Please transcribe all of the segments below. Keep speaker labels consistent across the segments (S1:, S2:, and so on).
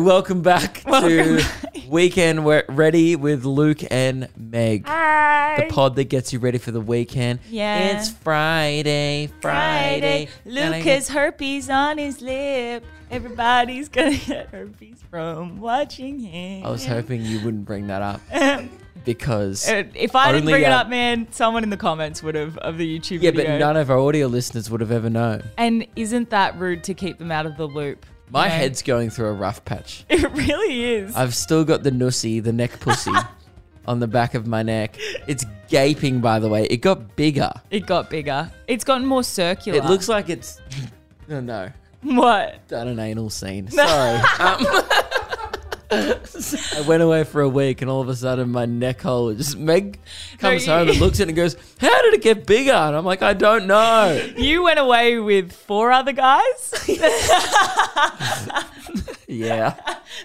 S1: Welcome back
S2: Welcome
S1: to Weekend We're Ready with Luke and Meg. The
S2: Hi.
S1: pod that gets you ready for the weekend.
S2: Yeah.
S1: It's Friday, Friday.
S2: Friday.
S1: Gotta
S2: Luke has herpes on his lip. Everybody's gonna get herpes from watching him.
S1: get- I was hoping you wouldn't bring that up
S2: Um,
S1: because.
S2: uh, if I didn't
S1: Only,
S2: bring it
S1: uh,
S2: up, man, someone in the comments would have of the YouTube
S1: Yeah,
S2: video.
S1: but none of our audio listeners would have ever known.
S2: and isn't that rude to keep them out of the loop?
S1: My
S2: you know?
S1: head's going through a rough patch.
S2: It really is.
S1: I've still got the nussy, the neck pussy on the back of my neck. It's gaping, by the way. It got bigger.
S2: it got bigger. It's gotten more circular.
S1: It looks like it's. No, no.
S2: what?
S1: done an anal scene. Sorry. Um, I went away for a week and all of a sudden my neck hole is just Meg comes
S2: you-
S1: home and looks at it and goes, How did it get bigger? And I'm like, I don't know.
S2: You went away with four other guys,
S1: yeah.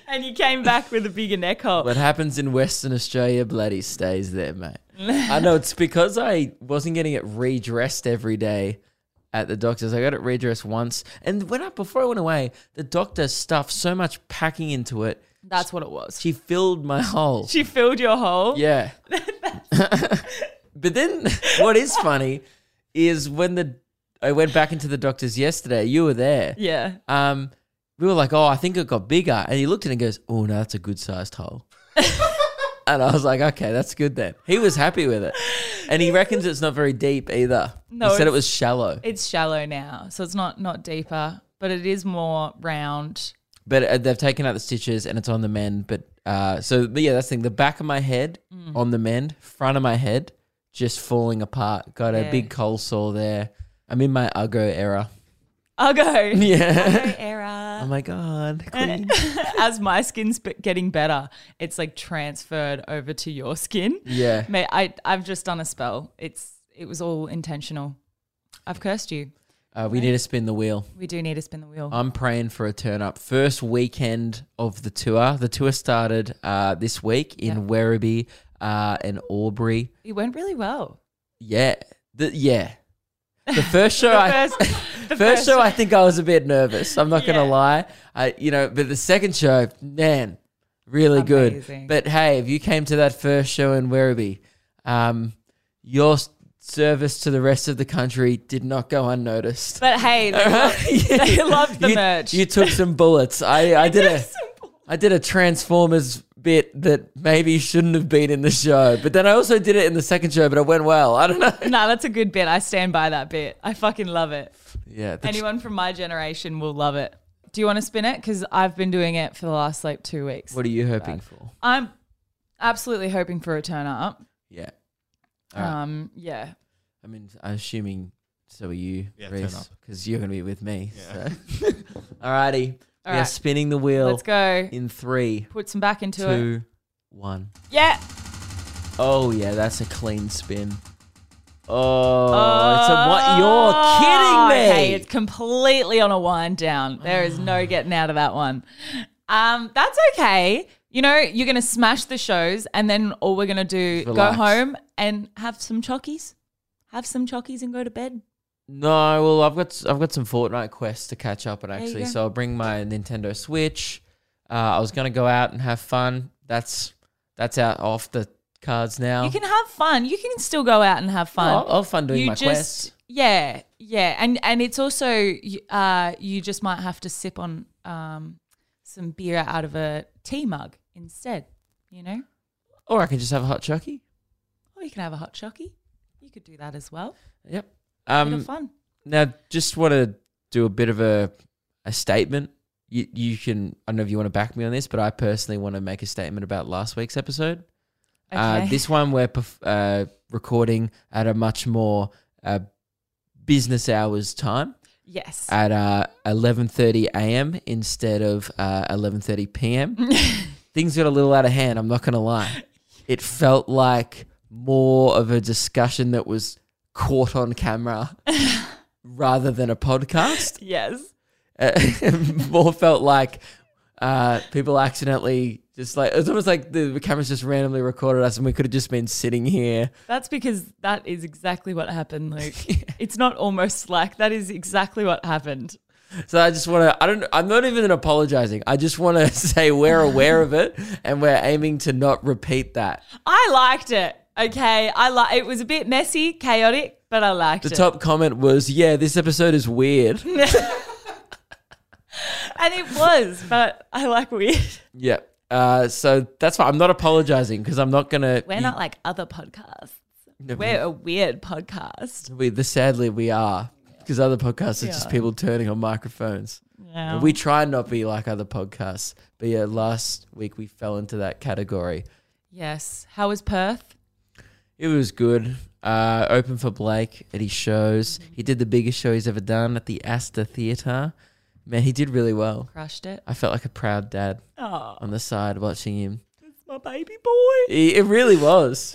S2: and you came back with a bigger neck hole.
S1: What happens in Western Australia bloody stays there, mate. I know it's because I wasn't getting it redressed every day at the doctor's. I got it redressed once. And when I before I went away, the doctor stuffed so much packing into it,
S2: That's what it was.
S1: she filled my hole.
S2: She filled your hole.
S1: Yeah. but then what is funny is when the I went back into the doctor's yesterday, you were there.
S2: Yeah.
S1: Um we were like, "Oh, I think it got bigger." And he looked at it and goes, "Oh, no, that's a good-sized hole." and I was like, "Okay, that's good then." He was happy with it. And he reckons it's not very deep either.
S2: No,
S1: he said it
S2: it's-
S1: was shallow.
S2: it's shallow now, so it's not not deeper, but it is more round.
S1: But uh, they've taken out the stitches and it's on the mend. But uh, so but yeah, that's the thing. The back of my head
S2: Mm.
S1: on the mend, front of my head just falling apart. Got a
S2: Yeah.
S1: big cold sore there. I'm in my Uggo era.
S2: I'll go.
S1: Yeah. oh
S2: Error.
S1: my god. Queen.
S2: As my skin's be- getting better, it's like transferred over to your skin.
S1: yeah.
S2: Mate, I I've just done a spell. It's it was all intentional. I've cursed you.
S1: Uh, we need to spin the wheel.
S2: We do need to spin the wheel.
S1: I'm praying for a turn up. First weekend of the tour. The tour started uh, this week in Werribee uh, and Aubrey.
S2: it went really well.
S1: Yeah. The, yeah. The first show I
S2: First, the
S1: First show, I think I was a bit nervous. I'm not
S2: Yeah.
S1: gonna lie. I, you know, but the second show, man, really good.
S2: Amazing.
S1: But hey, if you came to that first show in Werribee, um, your s- service to the rest of the country did not go unnoticed.
S2: but hey, they loved, they loved the
S1: you,
S2: merch.
S1: You took some bullets. I, I did a,
S2: Simple.
S1: I did a Transformers bit that maybe shouldn't have been in the show, but then I also did it in the second show, but it went well. I don't know.
S2: nah, that's a good bit. I stand by that bit. I fucking love it.
S1: Yeah, the
S2: Anyone from my generation will love it. Do you want to spin it? Because I've been doing it for the last like two weeks.
S1: What are you hoping for?
S2: I'm absolutely hoping for a turn up.
S1: Yeah.
S2: Um, yeah.
S1: I mean, I'm assuming so are you,
S3: Yeah, turn up.
S1: Reese, because you're going to be with me.
S3: Yeah.
S1: So. Alrighty, we
S2: All
S1: are
S2: right.
S1: spinning the wheel
S2: Let's go.
S1: in three,
S2: Put some back into it.
S1: two, one.
S2: Yeah.
S1: Oh yeah, that's a clean spin. Oh, it's a what? You're kidding me!
S2: Oh, Okay, it's completely on a wind down. There is no getting out of that one. Um, that's okay. You know, you're gonna smash the shows, and then all we're gonna do
S1: Relax.
S2: go home and have some chockies, have some chockies, and go to bed.
S1: no, well, I've got I've got some Fortnite quests to catch up on
S2: you
S1: actually,
S2: go.
S1: so I'll bring my Nintendo Switch. Uh, I was going to go out and have fun. That's that's out off the cards now.
S2: You can have fun. You can still go out and have fun.
S1: I'll, I'll have fun Oh. doing
S2: you
S1: my
S2: just
S1: quests.
S2: yeah, yeah, and and it's also you- uh, you just might have to sip on um, some beer out of a tea mug instead. You know,
S1: Or I can just have a hot chucky.
S2: or you can have a hot chockey. You could do that as well.
S1: Yep.
S2: Bit of
S1: Um,
S2: fun.
S1: now, just want to do a bit of a a statement. You you can I don't know if you want to back me on this, but I personally want to make a statement about last week's episode. Uh,
S2: Okay.
S1: this one we're perf- uh, recording at a much more uh, business hours time
S2: yes.
S1: at uh, 11:30 a.m. instead of uh, 11:30 p.m. Things got a little out of hand. I'm not gonna lie. It felt like more of a discussion that was caught on camera rather than a podcast.
S2: yes.
S1: Uh, more felt like uh, people accidentally just like it's almost like the cameras just randomly recorded us and we could have just been sitting here.
S2: That's because that is exactly what happened, Luke. It's not almost like that is exactly what happened.
S1: So I just want to. I don't. I'm not even apologizing. I just want to say we're aware of it and we're aiming to not repeat that.
S2: I liked it. Okay, I like. It was a bit messy, chaotic, but I liked
S1: The
S2: it.
S1: top comment was, "Yeah, this episode is weird."
S2: and it was, but I like weird.
S1: yeah. Uh, so that's why I'm not apologizing because I'm not gonna.
S2: We're
S1: you-
S2: not like other podcasts.
S1: No,
S2: We're a weird podcast.
S1: We, the sadly we are because other podcasts are just
S2: Yeah.
S1: people turning on microphones.
S2: Yeah.
S1: We try and not be like other podcasts, but yeah, last week we fell into that category.
S2: yes. How was Perth?
S1: It was good. Uh, open for Blake at his shows. He did the biggest show he's ever done at the Astor Theatre. Man, he did really well.
S2: Crushed it.
S1: I felt like a proud dad
S2: Oh,
S1: on the side watching him.
S2: my baby boy.
S1: He, it really was.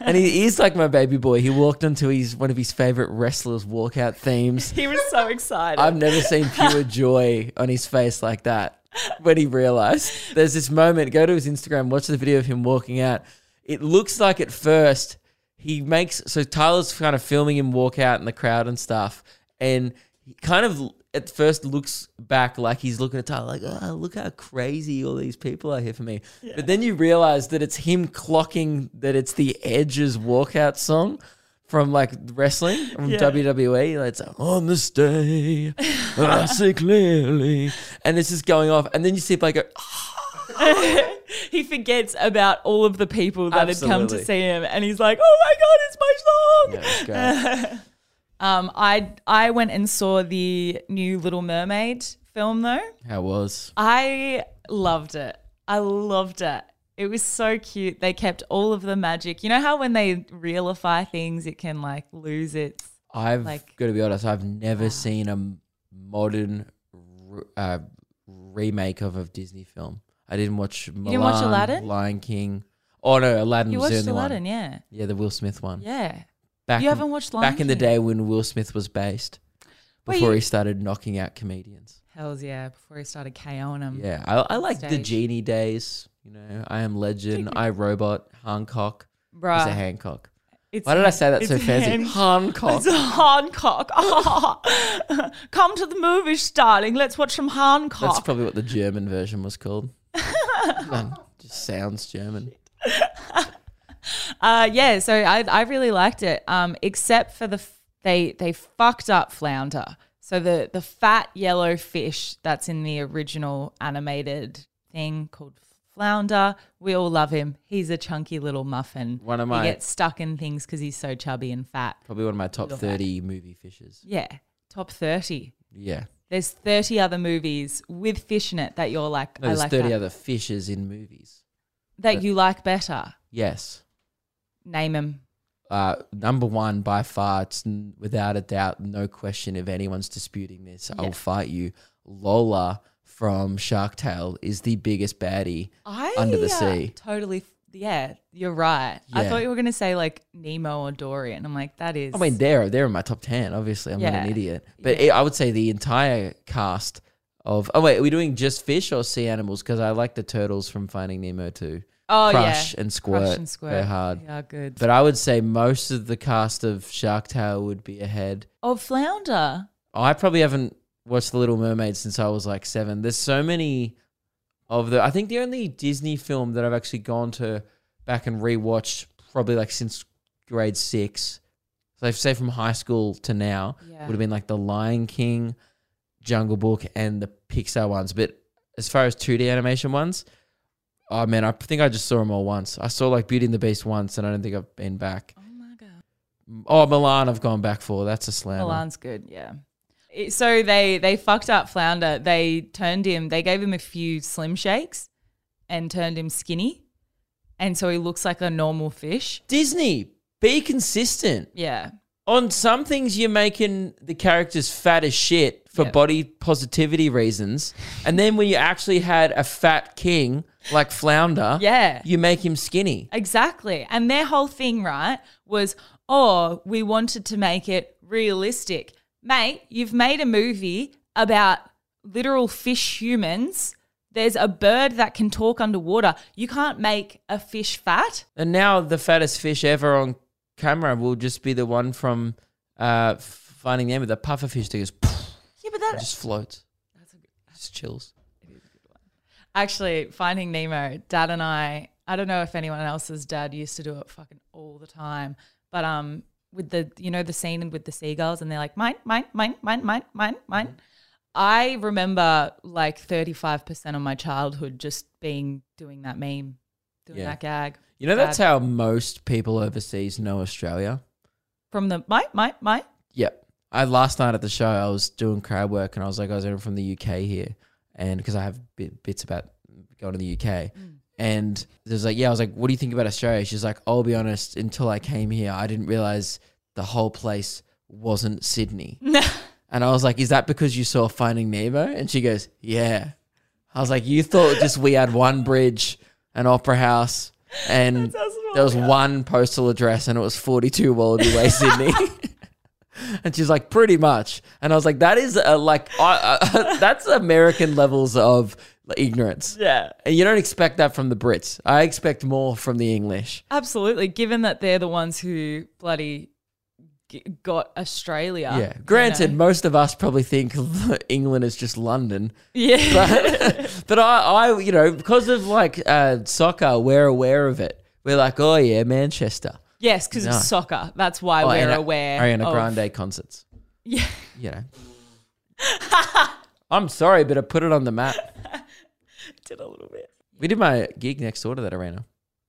S1: and he is like my baby boy. He walked onto his one of his favorite wrestlers' walkout themes.
S2: He was so excited.
S1: I've never seen pure joy on his face like that when he realized. There's this moment, go to his Instagram, watch the video of him walking out. It looks like at first he makes, so Tyler's kind of filming him walk out in the crowd and stuff. And he kind of at first looks back like he's looking at Tyler, like, oh, look how crazy all these people are here for me. But then you realize that it's him clocking that it's the Edge's walkout song from like wrestling from
S2: Yeah.
S1: WWE. Like, E, it's like, on this day, I see clearly, and it's just going off. And then you see like, go, "Oh,
S2: he forgets about all of the people that had come
S1: Absolutely.
S2: to see him, and he's like, "Oh my god,
S1: yeah,
S2: it's
S1: it's
S2: my song!"
S1: great.
S2: um, I I went and saw the new Little Mermaid film though.
S1: How was?
S2: I loved it. I loved it. It was so cute. They kept all of the magic. You know how when they realify things, it can like lose its.
S1: I've
S2: Like-
S1: got to be honest. I've never seen a m- modern r- uh, remake of a Disney film. I didn't watch. Mulan,
S2: didn't watch Aladdin?
S1: Lion King. Oh no, Aladdin
S2: You
S1: was the
S2: watched
S1: only
S2: Aladdin,
S1: one.
S2: yeah,
S1: Yeah, the Will Smith one.
S2: yeah.
S1: Back
S2: You
S1: in-
S2: haven't watched Lion
S1: back in the
S2: King?
S1: day when Will Smith was based,
S2: Wait,
S1: before
S2: you-
S1: he started knocking out comedians.
S2: Hells yeah! Before he started KOing them,
S1: Yeah, I, I like the
S2: stage.
S1: genie days. You know, I am Legend, I Robot, Hancock. He's a
S2: bruh.
S1: Hancock.
S2: it's
S1: Why did I say that
S2: it's
S1: so
S2: a
S1: fancy?
S2: hand-
S1: Hancock.
S2: It's Hancock. Oh. Come to the movies, darling. Let's watch some
S1: That's
S2: Hancock.
S1: probably what the German version was called. Man, just sounds German.
S2: uh, yeah, so I, I really liked it, um, except for the f- they they fucked up flounder. So the the fat yellow fish that's in the original animated thing called flounder. We all love him. He's a chunky little muffin.
S1: One of
S2: he
S1: my
S2: gets stuck in things because he's so chubby and fat.
S1: probably one of my top
S2: Love that.
S1: thirty movie fishes.
S2: Yeah, top thirty.
S1: Yeah,
S2: There's 30 other movies with fish in it that you're like,
S1: no,
S2: I
S1: there's
S2: like
S1: thirty
S2: that.
S1: other fishes in movies.
S2: that you like better.
S1: Yes,
S2: Name them.
S1: uh, number one by far. It's n- without a doubt, no question. If anyone's disputing this,
S2: Yeah.
S1: I'll fight you. Lola from Shark Tale is the biggest baddie.
S2: I
S1: Under the
S2: uh,
S1: Sea.
S2: Totally. f- Yeah, you're right. I
S1: Yeah.
S2: thought you were gonna say like Nemo or Dory, and I'm like, that is.
S1: I mean, they're they're in my top ten. Obviously, I'm not
S2: Yeah.
S1: an idiot, but it, I would say the entire cast of. Oh wait, are we doing just fish or sea animals? Because I like the turtles from Finding Nemo too.
S2: oh
S1: Crush
S2: yeah,
S1: and squirt,
S2: Crush and squirt.
S1: They're hard.
S2: Yeah, good.
S1: But I would say most of the cast of Shark Tale would be ahead.
S2: oh, flounder.
S1: I probably haven't watched The Little Mermaid since I was like seven. There's so many of the. I think the only Disney film that I've actually gone to back and rewatched probably like since grade six. So I'd say from high school to now
S2: Yeah.
S1: would have been like The Lion King, Jungle Book, and the Pixar ones. But as far as 2D animation ones, oh man, I think I just saw them all once. I saw like Beauty and the Beast once, and I don't think I've been back.
S2: Oh my god.
S1: Oh, Milan, I've gone back for. That's a slam.
S2: Milan's good. Yeah. It- so they they fucked up flounder. They turned him. They gave him a few slim shakes, and turned him skinny, and so he looks like a normal fish.
S1: Disney, be consistent.
S2: Yeah.
S1: on some things you're making the characters fat as shit for
S2: Yeah.
S1: body positivity reasons and then when you actually had a fat king like flounder
S2: Yeah.
S1: you make him skinny
S2: Exactly. And their whole thing, right, was, oh, we wanted to make it realistic. Mate, you've made a movie about literal fish humans. There's a bird that can talk underwater. You can't make a fish fat.
S1: and now the fattest fish ever on camera will just be the one from uh finding nemo the puffer fish that goes
S2: Yeah, but
S1: It
S2: that
S1: just floats,
S2: that's a good,
S1: just chills.
S2: it is a good one. Actually, Finding Nemo, Dad and I. I don't know if anyone else's dad used to do it fucking all the time, but um, with the you know the scene with the seagulls and they're like mine, mine, mine, mine, mine, mine,
S1: Mm-hmm.
S2: mine. I remember like thirty five percent of my childhood just being doing that meme, doing
S1: Yeah.
S2: that gag
S1: You know, that's how most people overseas know Australia.
S2: from the mine, mine, mine.
S1: Yep. I last night at the show, I was doing crowd work, and I was like, I was from the UK here, and because I have bit, bits about going to the UK, and there's like, yeah, I was like, what do you think about Australia? She's like, I'll be honest, until I came here, I didn't realize the whole place wasn't Sydney, and I was like, is that because you saw Finding Nemo? And she goes, yeah. I was like, you thought just we had one bridge, an opera house, and
S2: sounds
S1: there was one postal address, and it was 42 Wallaby Way, Sydney. And she's like, pretty much. And I was like, that is a, like, I uh, that's American levels of ignorance.
S2: yeah.
S1: And you don't expect that from the Brits. I expect more from the English.
S2: Absolutely, given that they're the ones who bloody g- got Australia.
S1: yeah.
S2: you
S1: Granted,
S2: know.
S1: most of us probably think England is just London.
S2: Yeah.
S1: But, but I, I, you know, because of like uh, soccer, we're aware of it. We're like, oh, yeah, Manchester.
S2: yes, because
S1: No.
S2: it's soccer. That's why
S1: Oh,
S2: we're
S1: and, uh,
S2: aware.
S1: Ariana
S2: of-
S1: Grande concerts.
S2: Yeah.
S1: You know. I'm sorry, but I put it on the map.
S2: Did a little bit.
S1: We did my gig next door to that arena.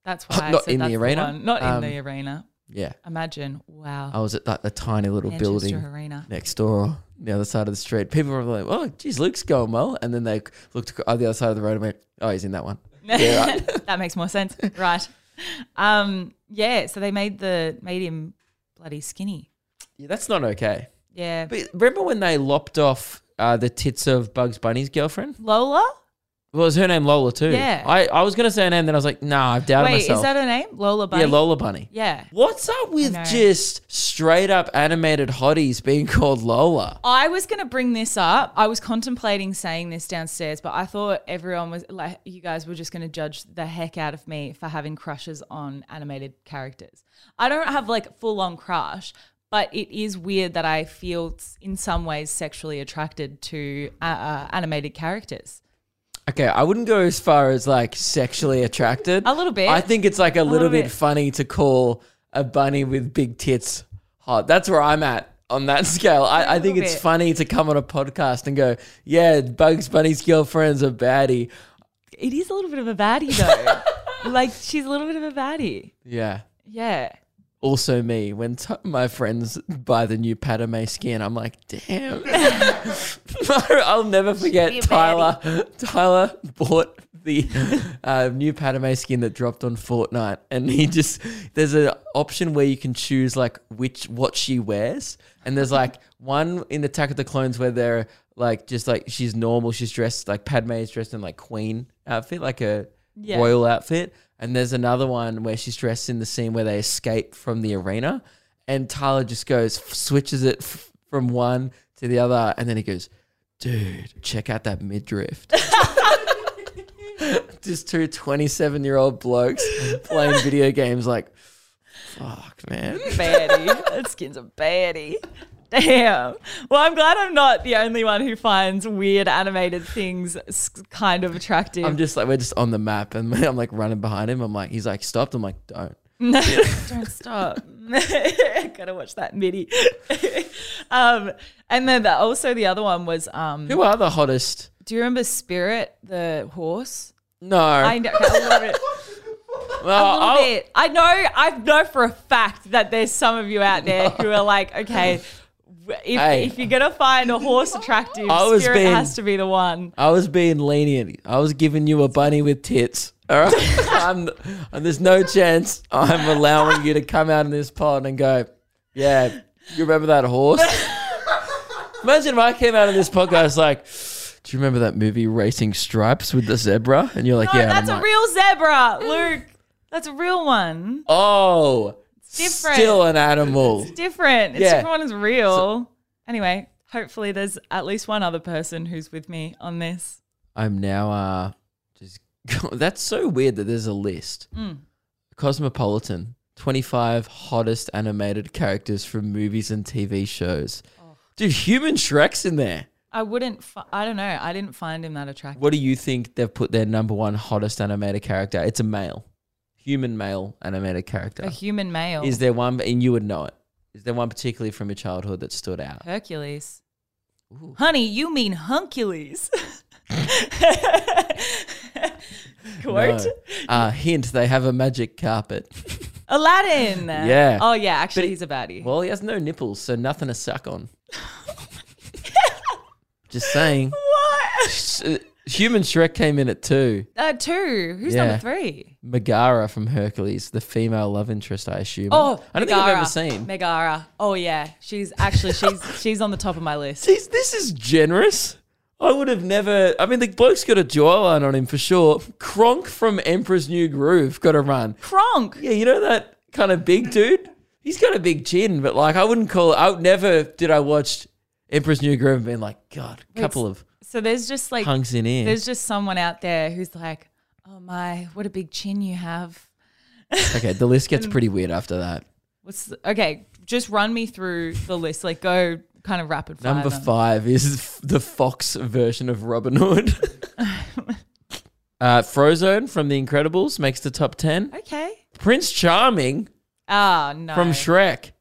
S2: That's why.
S1: Not
S2: I said
S1: in the
S2: that's
S1: arena?
S2: one. Not
S1: Um,
S2: in the arena.
S1: Yeah.
S2: Imagine. Wow.
S1: I was at that the tiny little
S2: Manchester
S1: building
S2: Arena.
S1: next door, on the other side of the street. People were like, "Oh, geez, Luke's going well," and then they looked on the other side of the road and went, "Oh, he's in that one." Yeah, right.
S2: that makes more sense, right? Um. Yeah. So they made the made him bloody skinny.
S1: Yeah, that's not okay.
S2: Yeah.
S1: But remember when they lopped off uh, the tits of Bugs Bunny's girlfriend?
S2: Lola.
S1: Well, was her name Lola too?
S2: Yeah.
S1: I, I was gonna say her name, then I was like, "Nah, I've doubted
S2: Wait,
S1: myself."
S2: is that her name? Lola Bunny.
S1: Yeah, Lola Bunny.
S2: Yeah.
S1: What's up with
S2: know.
S1: just straight up animated hotties being called Lola?
S2: I was going to bring this up. I was contemplating saying this downstairs, but I thought everyone was like, you guys were just going to judge the heck out of me for having crushes on animated characters. I don't have like full on crush, but it is weird that I feel s- in some ways sexually attracted to uh, uh, animated characters.
S1: Okay, I wouldn't go as far as like sexually attracted.
S2: A little bit.
S1: I think it's like a, little,
S2: little
S1: bit,
S2: bit.
S1: funny to call a bunny with big tits hot. That's where I'm at on that scale. I, I think
S2: little
S1: it's
S2: bit.
S1: funny to come on a podcast and go, yeah, Bugs Bunny's girlfriend's a baddie.
S2: It is a little bit of a baddie though. like she's a little bit of a baddie.
S1: Yeah.
S2: Yeah.
S1: Also, me, when t- my friends buy the new Padme skin, I'm like, damn. I'll never
S2: be a
S1: forget
S2: baddie.
S1: Tyler. Tyler bought the uh, new Padme skin that dropped on Fortnite, and he just there's an option where you can choose like which what she wears, and there's like one in Attack of the Clones where they're like just like she's normal, she's dressed like Padme is dressed in like queen outfit, like a
S2: Yeah.
S1: royal outfit, and there's another one where she's dressed in the scene where they escape from the arena, and Tyler just goes switches it f- from one to the other, and then he goes, "Dude, check out that midriff." Just two 27 year old blokes playing video games, like, fuck, man.
S2: baddie. that skin's a baddie. Damn. Well, I'm glad I'm not the only one who finds weird animated things s- kind of attractive.
S1: I'm just like, we're just on the map, and I'm like running behind him. I'm like, he's like, stopped. I'm like, don't.
S2: No, don't stop. Gotta watch that midi. um, and then the, also the other one was, um,
S1: Who are the hottest?
S2: do you remember Spirit, the horse?
S1: No.
S2: I know. I love it. A little
S1: Oh,
S2: bit. I know. I know for a fact that there's some of you out there who are like, okay, w- if,
S1: Hey.
S2: if you're gonna find a horse attractive,
S1: I was
S2: spirit
S1: being-
S2: has to be the one.
S1: I was being lenient. I was giving you a bunny with tits. All right. I'm, and there's no chance I'm allowing you to come out in this pod and go, yeah, you remember that horse? Imagine if I came out of this podcast like, do you remember that movie Racing Stripes with the zebra? And you're like,
S2: No,
S1: yeah. and
S2: that's
S1: I'm
S2: a
S1: like,
S2: real zebra, Luke. That's a real one.
S1: oh,
S2: different.
S1: still an animal.
S2: Different. It's
S1: Yeah.
S2: different one is real. anyway, hopefully there's at least one other person who's with me on this.
S1: I'm now uh just that's so weird that there's a list. Cosmopolitan, 25 hottest animated characters from movies and TV shows. Dude, human Shrek's in there.
S2: I wouldn't. Fi- I don't know. I didn't find him that attractive.
S1: What do you think they've put their number one hottest animated character? It's a male, human male animated character.
S2: A human male.
S1: Is there one, and you would know it? Is there one particularly from your childhood that stood out?
S2: Hercules. Honey, you mean Huncules. Quote.
S1: No. Uh, hint: They have a magic carpet.
S2: Aladdin.
S1: Yeah.
S2: Oh, yeah. Actually, he's a baddie.
S1: well, he has no nipples, so nothing to suck on. Just saying.
S2: what?
S1: S- uh, Human Shrek came in at two.
S2: Uh, two. Who's
S1: Yeah.
S2: number three?
S1: Megara from Hercules, the female love interest, I assume.
S2: Oh,
S1: I don't think I've
S2: Megara.
S1: ever seen.
S2: Megara. Oh yeah, she's actually she's she's on the top of my list.
S1: Jeez, this is generous. I would have never. I mean, the bloke's got a jawline on him for sure. Kronk from Emperor's New Groove got a run.
S2: Kronk.
S1: Yeah, you know that kind of big dude? He's got a big chin, but like, I wouldn't call. I would never did I watch Emperor's New Groove and been like, God, a couple of
S2: So there's just like
S1: hunks in here.
S2: there's just someone out there who's like, oh my, what a big chin you have.
S1: Okay, the list
S2: Um,
S1: gets pretty weird after that.
S2: What's the, okay? Just run me through the list. Like go kind of rapid fire.
S1: Number
S2: them.
S1: five is f- the Fox version of Robin Hood. uh, Frozone from The Incredibles makes the top 10.
S2: Okay.
S1: Prince Charming
S2: Ah no.
S1: from Shrek.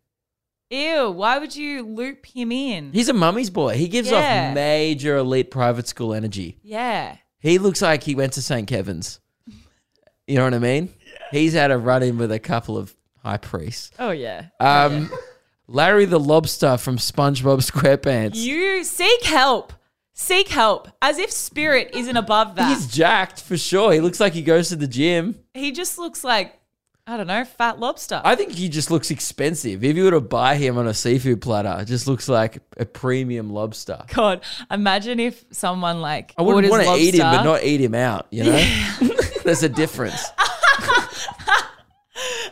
S2: Ew. Why would you loop him in?
S1: He's a mummy's boy. He gives
S2: Yeah.
S1: off major elite private school energy.
S2: Yeah.
S1: He looks like he went to St. Kevin's. You know what I mean? He's had a run in with a couple of high priests.
S2: Oh yeah.
S1: Um, Larry the Lobster from SpongeBob SquarePants.
S2: You seek help. Seek help. As if spirit isn't above that.
S1: He's jacked for sure. He looks like he goes to the gym.
S2: he just looks like I don't know, fat lobster.
S1: I think he just looks expensive. If you were to buy him on a seafood platter, it just looks like a premium lobster.
S2: God, imagine if someone like
S1: I wouldn't want
S2: orders
S1: to eat him, but
S2: lobster.
S1: not eat him out, you know? There's a difference.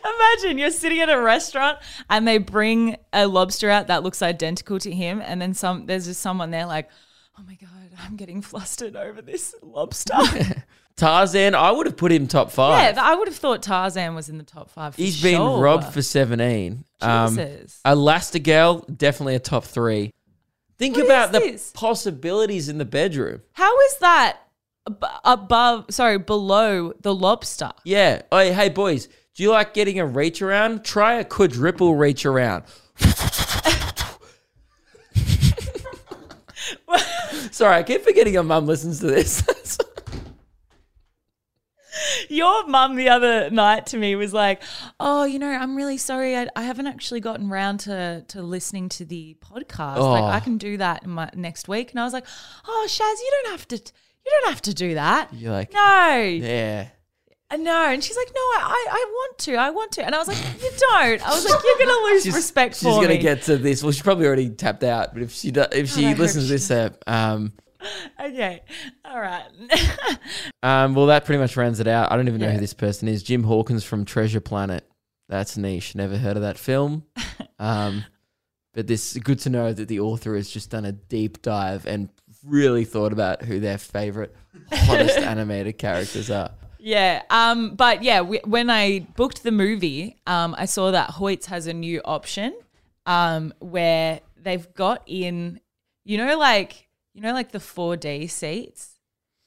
S2: Imagine you're sitting at a restaurant and they bring a lobster out that looks identical to him, and then some. There's just someone there like, oh my god, I'm getting flustered over this lobster.
S1: Tarzan, I would have put him top five.
S2: yeah, I would have thought Tarzan was in the top five. For
S1: He's
S2: sure.
S1: been robbed for 17. Um,
S2: Jesus.
S1: Elastigirl, definitely a top three. Think
S2: What
S1: about the
S2: is this?
S1: possibilities in the bedroom.
S2: How is that ab- above? Sorry, below the lobster.
S1: Yeah. Oh, hey, boys, do you like getting a reach around? Try a quadruple reach around. Sorry, I keep forgetting your mum listens to this.
S2: Your mum the other night to me was like, "Oh, you know, I'm really sorry. I, I haven't actually gotten round to to listening to the podcast. Like,
S1: Oh.
S2: I can do that in my, next week." And I was like, "Oh, Shaz, you don't have to. You don't have to do that.
S1: You're like,
S2: no,
S1: yeah.
S2: no." And she's like, "No, I, I I want to. I want to." And I was like, "You don't." I was like, "You're gonna lose respect
S1: she's
S2: for
S1: gonna
S2: me." Oh,
S1: get to this. Well, she's probably already tapped out. But if she do, if
S2: I
S1: she
S2: hope
S1: listens to
S2: she-
S1: this, uh, um,
S2: okay, all right.
S1: Um, well, that pretty much rounds it out. I don't even know
S2: Yeah.
S1: who this person is. Jim Hawkins from Treasure Planet. That's niche. Never heard of that film. Um, but this good to know that the author has just done a deep dive and really thought about who their favorite hottest animated characters are.
S2: yeah. Um. But yeah, we, when I booked the movie, um, I saw that Hoyts has a new option. um, where they've got in, you know, like you know, like the four D seats.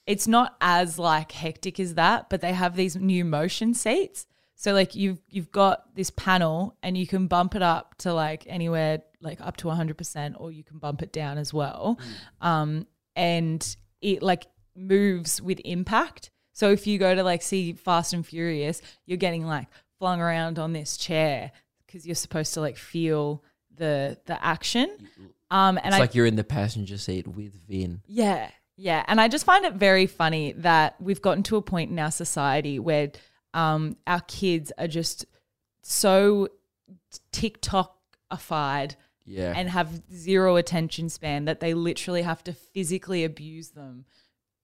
S2: It's not as like hectic as that, but they have these new motion seats. So like you've you've got this panel and you can bump it up to like anywhere like up to hundred percent, or you can bump it down as well. Um, and it like moves with impact. So if you go to like see Fast and Furious, you're getting like flung around on this chair because you're supposed to like feel the the action. Um, and
S1: It's
S2: I
S1: like you're in the passenger seat with Vin.
S2: yeah, yeah, and I just find it very funny that we've gotten to a point in our society where um, our kids are just so TikTokified
S1: Yeah.
S2: and have zero attention span that they literally have to physically abuse them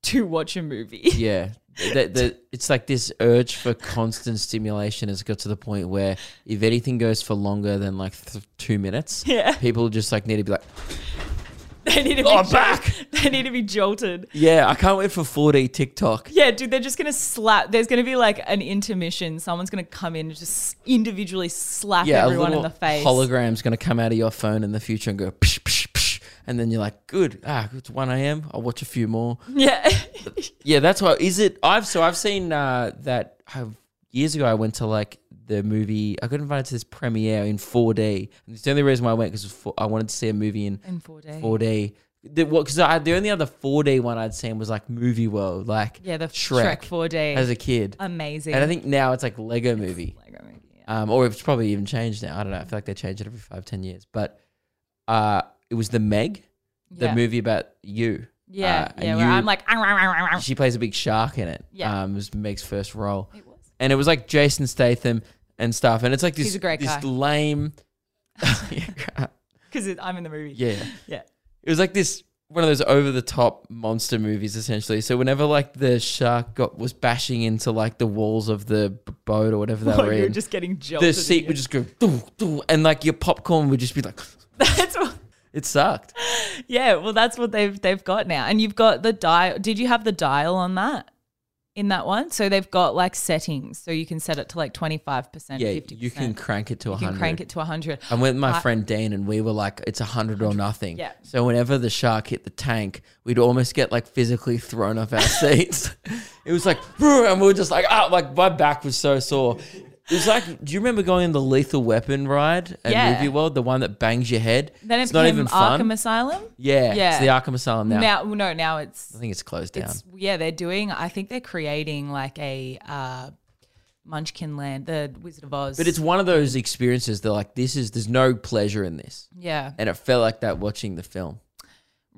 S2: to watch a movie.
S1: yeah. The, the, it's like this urge for constant stimulation has got to the point where if anything goes for longer than like th- two minutes,
S2: Yeah.
S1: people just like need to be like,
S2: They need to be
S1: Oh,
S2: jol-
S1: back!
S2: They need to be jolted.
S1: Yeah, I can't wait for 4D TikTok.
S2: Yeah, dude, they're just gonna slap. There's gonna be like an intermission. Someone's gonna come in and just individually slap
S1: Yeah, a
S2: everyone
S1: little
S2: in the face.
S1: hologram's going to come out of your phone in the future and go, psh, psh, psh, and then you're like, good, ah, it's one a.m. I'll watch a few more.
S2: Yeah.
S1: Yeah, that's why. Is it? I've so I've seen uh, that I've, years ago. I went to like the movie. I got invited to this premiere in 4D. And it's the only reason why I went because I wanted to see a movie in
S2: In 4D.
S1: 4D. The, what? Because the only other 4D one I'd seen was like Movie World, like
S2: Yeah, the
S1: Shrek
S2: Shrek, 4D.
S1: as a kid.
S2: Amazing.
S1: And I think now it's like Lego Movie,
S2: Lego movie, yeah.
S1: um, or it's probably even changed now. I don't know. I feel like they change it every five, ten years. But uh, it was the Meg, the
S2: Yeah.
S1: movie about you.
S2: Yeah,
S1: uh, and
S2: yeah. Where
S1: you-
S2: I'm like, "Ah, rah, rah, rah, rah."
S1: She plays a big shark in it.
S2: Yeah.
S1: um, it was Meg's first role.
S2: it was.
S1: and it was like Jason Statham and stuff. And it's like this,
S2: He's a great
S1: this
S2: guy.
S1: lame.
S2: Because I'm in the movie.
S1: yeah,
S2: Yeah.
S1: it was like this one of those over the top monster movies essentially. So whenever like the shark got was bashing into like the walls of the b- boat or whatever they were
S2: Like, you're
S1: in,
S2: just getting jolted.
S1: the
S2: in
S1: seat
S2: your-
S1: would just go doo, doo, and like your popcorn would just be like
S2: That's what.
S1: it sucked.
S2: Yeah, well, that's what they've they've got now, and you've got the dial. Did you have the dial on that in that one? So they've got like settings, so you can set it to like twenty five percent,
S1: Yeah,
S2: fifty
S1: you can
S2: percent.
S1: crank it to
S2: You can
S1: hundred. Oh,
S2: crank it to hundred.
S1: And with my friend Dean and we were like, it's a hundred or nothing.
S2: yeah.
S1: So whenever the shark hit the tank, we'd almost get like physically thrown off our seats. it was like, and we were just like, ah, like my back was so sore. It was like, do you remember going on the Lethal Weapon ride at
S2: Yeah.
S1: Movie World, the one that bangs your head?
S2: Then it
S1: it's
S2: became
S1: not even
S2: Arkham
S1: fun.
S2: Asylum.
S1: yeah,
S2: Yeah.
S1: it's the Arkham Asylum now.
S2: Now, no, now it's
S1: I think it's closed down.
S2: it's yeah, they're doing. I think they're creating like a uh, Munchkin Land, the Wizard of Oz.
S1: but it's one of those experiences that like this is there's no pleasure in this,
S2: yeah,
S1: and it felt like that watching the film.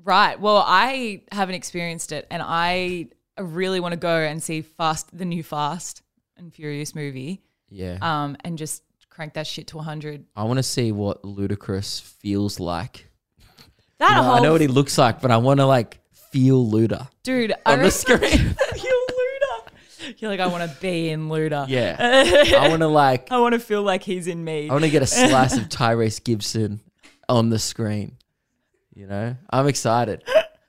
S2: Right. Well, I haven't experienced it, and I really want to go and see Fast, the new Fast and Furious movie,
S1: Yeah,
S2: um, and just crank that shit to 100.
S1: I want to see what Ludacris feels like
S2: That
S1: No,
S2: whole
S1: I know what he looks like, but I want to like feel Luda
S2: dude I
S1: on the
S2: reckon-
S1: screen.
S2: You're Luda. You're like, I want to be in Luda.
S1: yeah, Oh, I want to like,
S2: I want to feel like he's in me.
S1: I want to get a slice of Tyrese Gibson on the screen. You know, I'm excited.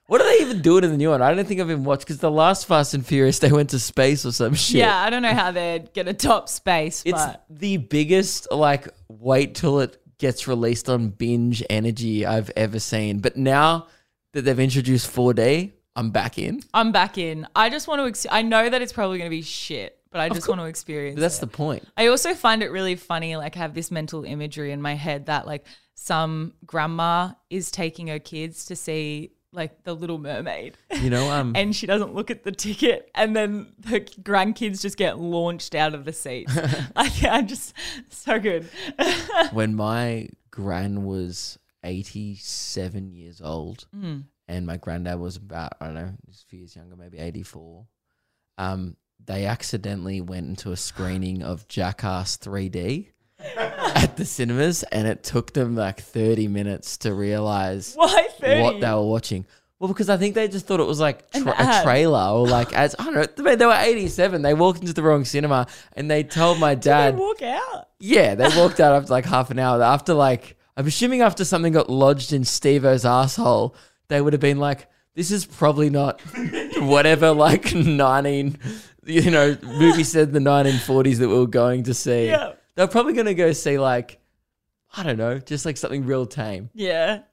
S1: What are they even doing in the new one? I don't think I've even watched because the last Fast and Furious they went to space or some shit.
S2: yeah, I don't know how they're gonna top space,
S1: it's
S2: but
S1: the biggest like wait till it gets released on binge energy I've ever seen. But now that they've introduced 4D, I'm back in.
S2: I'm back in. I just want to. Ex- I know that it's probably gonna be shit, but I just want to experience.
S1: But that's the point.
S2: I also find it really funny, like, I have this mental imagery in my head that, like, some grandma is taking her kids to see, like, The Little Mermaid.
S1: You know, um,
S2: And she doesn't look at the ticket, and then her grandkids just get launched out of the seats. like, I'm just so good.
S1: when my gran was 87 years old
S2: Mm.
S1: and my granddad was about i don't know just a few years younger maybe 84 um, they accidentally went into a screening of jackass 3d at the cinemas and it took them like 30 minutes to realize
S2: Why 30?
S1: what they were watching well, because I think they just thought it was like
S2: An
S1: tra- a
S2: ad.
S1: trailer or like as I don't know. They they were eighty-seven. They walked into the wrong cinema and they told my
S2: They
S1: dad.
S2: walk out.
S1: Yeah, they walked out after like half an hour. After like, I'm assuming after something got lodged in Steve O's asshole, they would have been like, this is probably not whatever like 19, you know, movie said the 1940s that we were going to see.
S2: Yeah.
S1: They're probably going to go see like, I don't know, just like something real tame,
S2: Yeah.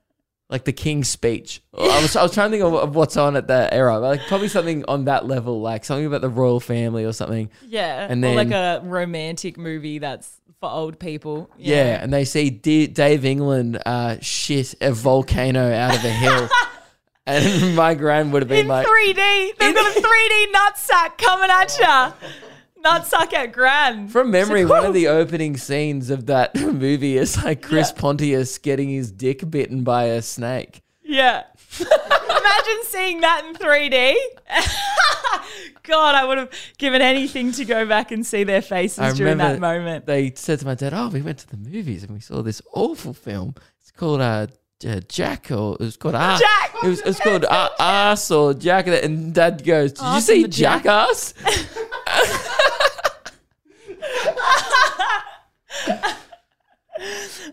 S1: like the King's Speech. I was, I was trying to think of, of what's on at that era, but like probably something on that level, like something about the royal family or something.
S2: Yeah.
S1: And
S2: or like
S1: then-
S2: a romantic movie that's for old people.
S1: Yeah, and they see D- Dave England uh, shit a volcano out of a hill, and my grand would have been
S2: in
S1: like,
S2: 3D. They've got a 3D nutsack coming at ya. Nutsack at Gran.
S1: from memory,
S2: It's like,
S1: one of the opening scenes of that movie is like Chris
S2: Yeah.
S1: Pontius getting his dick bitten by a snake.
S2: Yeah. Imagine seeing that in 3D. God, I would have given anything to go back and see their faces
S1: I
S2: during that
S1: remember-
S2: moment.
S1: They said to my dad, "Oh, we went to the movies and we saw this awful film. It's called uh, J- Jack, or it was called Ar-
S2: Jack!
S1: It was, it was called Ar- Arse or Jack." And Dad goes, "Did you
S2: Arse and
S1: see
S2: the Jack."
S1: Jackass?"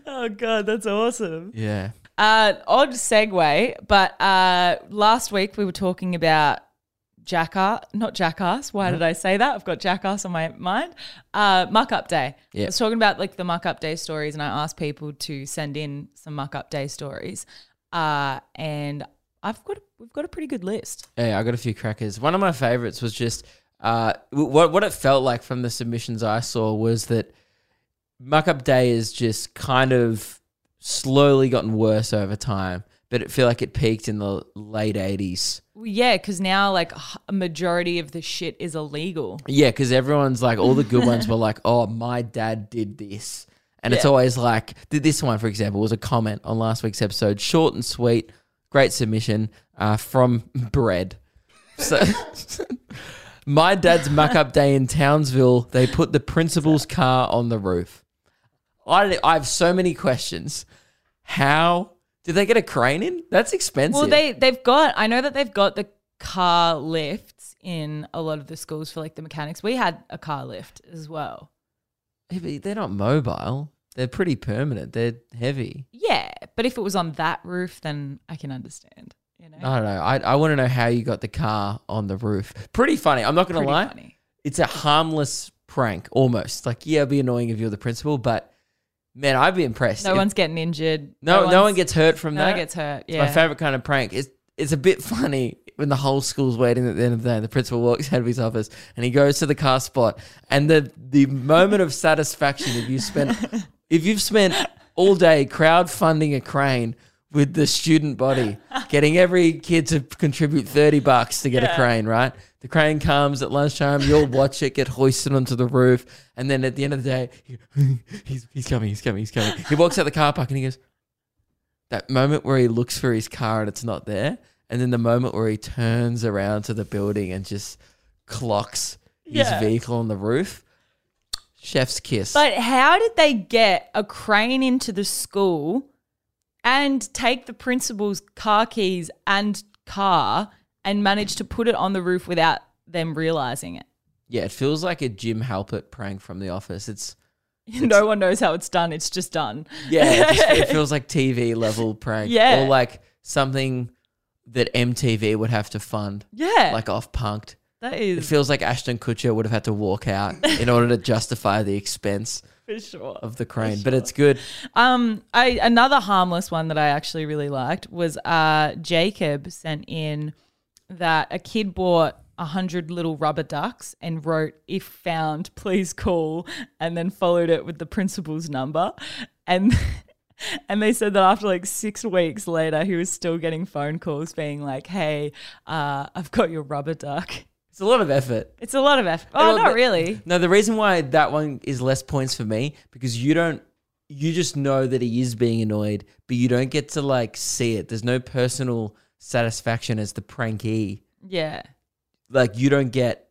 S2: Oh God, that's awesome.
S1: yeah.
S2: Uh, odd segue, but uh, last week we were talking about jackass, not jackass. Why did I say that? I've got jackass on my mind. Uh, muck up day.
S1: Yeah.
S2: I was talking about like the muck up day stories, and I asked people to send in some muck up day stories. Uh, and I've got we've got a pretty good list.
S1: Yeah, I got a few crackers. One of my favorites was just uh, w- what what it felt like from the submissions I saw was that muck up day is just kind of slowly gotten worse over time, but it feel like it peaked in the late eighties.
S2: Well, Yeah, because now like h- a majority of the shit is illegal.
S1: Yeah, because everyone's like, all the good ones were like, oh, my dad did this. And it's
S2: Yeah.
S1: always like, th- this one, for example, was a comment on last week's episode. Short and sweet, great submission uh, from Bread. So, my dad's muck up day in Townsville, they put the principal's car on the roof. I, I have so many questions. How did they get a crane in? That's expensive.
S2: Well, they they've got. I know that they've got the car lifts in a lot of the schools for like the mechanics. We had a car lift as well.
S1: Yeah, but they're not mobile. They're pretty permanent. They're heavy.
S2: Yeah, but if it was on that roof, then I can understand. You know,
S1: I don't know. I, I want to know how you got the car on the roof. Pretty funny. I'm not going to
S2: pretty
S1: lie.
S2: funny.
S1: It's a harmless prank almost. Like, yeah, it'd be annoying if you're the principal, but man, I'd be impressed.
S2: No
S1: If-
S2: one's getting injured.
S1: no, no one
S2: one's-
S1: gets hurt from
S2: No
S1: that.
S2: one gets hurt.
S1: It's
S2: Yeah,
S1: my favorite kind of prank. It's, it's a bit funny when the whole school's waiting at the end of the day and the principal walks out of his office and he goes to the car spot. And the, the moment of satisfaction if you spent if you've spent all day crowdfunding a crane with the student body, getting every kid to contribute 30 bucks to get a crane, right? The crane comes at lunchtime, you'll watch it get hoisted onto the roof. And then at the end of the day, he- he's, he's coming, he's coming, he's coming. He walks out the car park and he goes, that moment where he looks for his car and it's not there, and then the moment where he turns around to the building and just clocks
S2: Yeah.
S1: his vehicle on the roof. Chef's kiss.
S2: But how did they get a crane into the school and take the principal's car keys and car and manage to put it on the roof without them realizing it?
S1: yeah, it feels like a Jim Halpert prank from The Office. It's
S2: no one knows how it's done. It's just done.
S1: yeah, it, just- it feels like TV level prank.
S2: Yeah.
S1: or like something that MTV would have to fund,
S2: Yeah.
S1: like off punked.
S2: that
S1: It
S2: is
S1: feels like Ashton Kutcher would have had to walk out in order to justify the expense
S2: for sure.
S1: of the crane, but it's good.
S2: Um, I another harmless one that I actually really liked was uh Jacob sent in that a kid bought a hundred little rubber ducks and wrote "If found, please call," and then followed it with the principal's number, and and they said that after like six weeks later, he was still getting phone calls being like, "Hey, uh, I've got your rubber duck."
S1: It's a lot of effort.
S2: It's a lot of effort. Oh,
S1: Well,
S2: not
S1: the-
S2: really.
S1: No, the reason why that one is less points for me because you don't you just know that he is being annoyed, but you don't get to like see it. There's no personal satisfaction as the pranky.
S2: Yeah.
S1: Like you don't get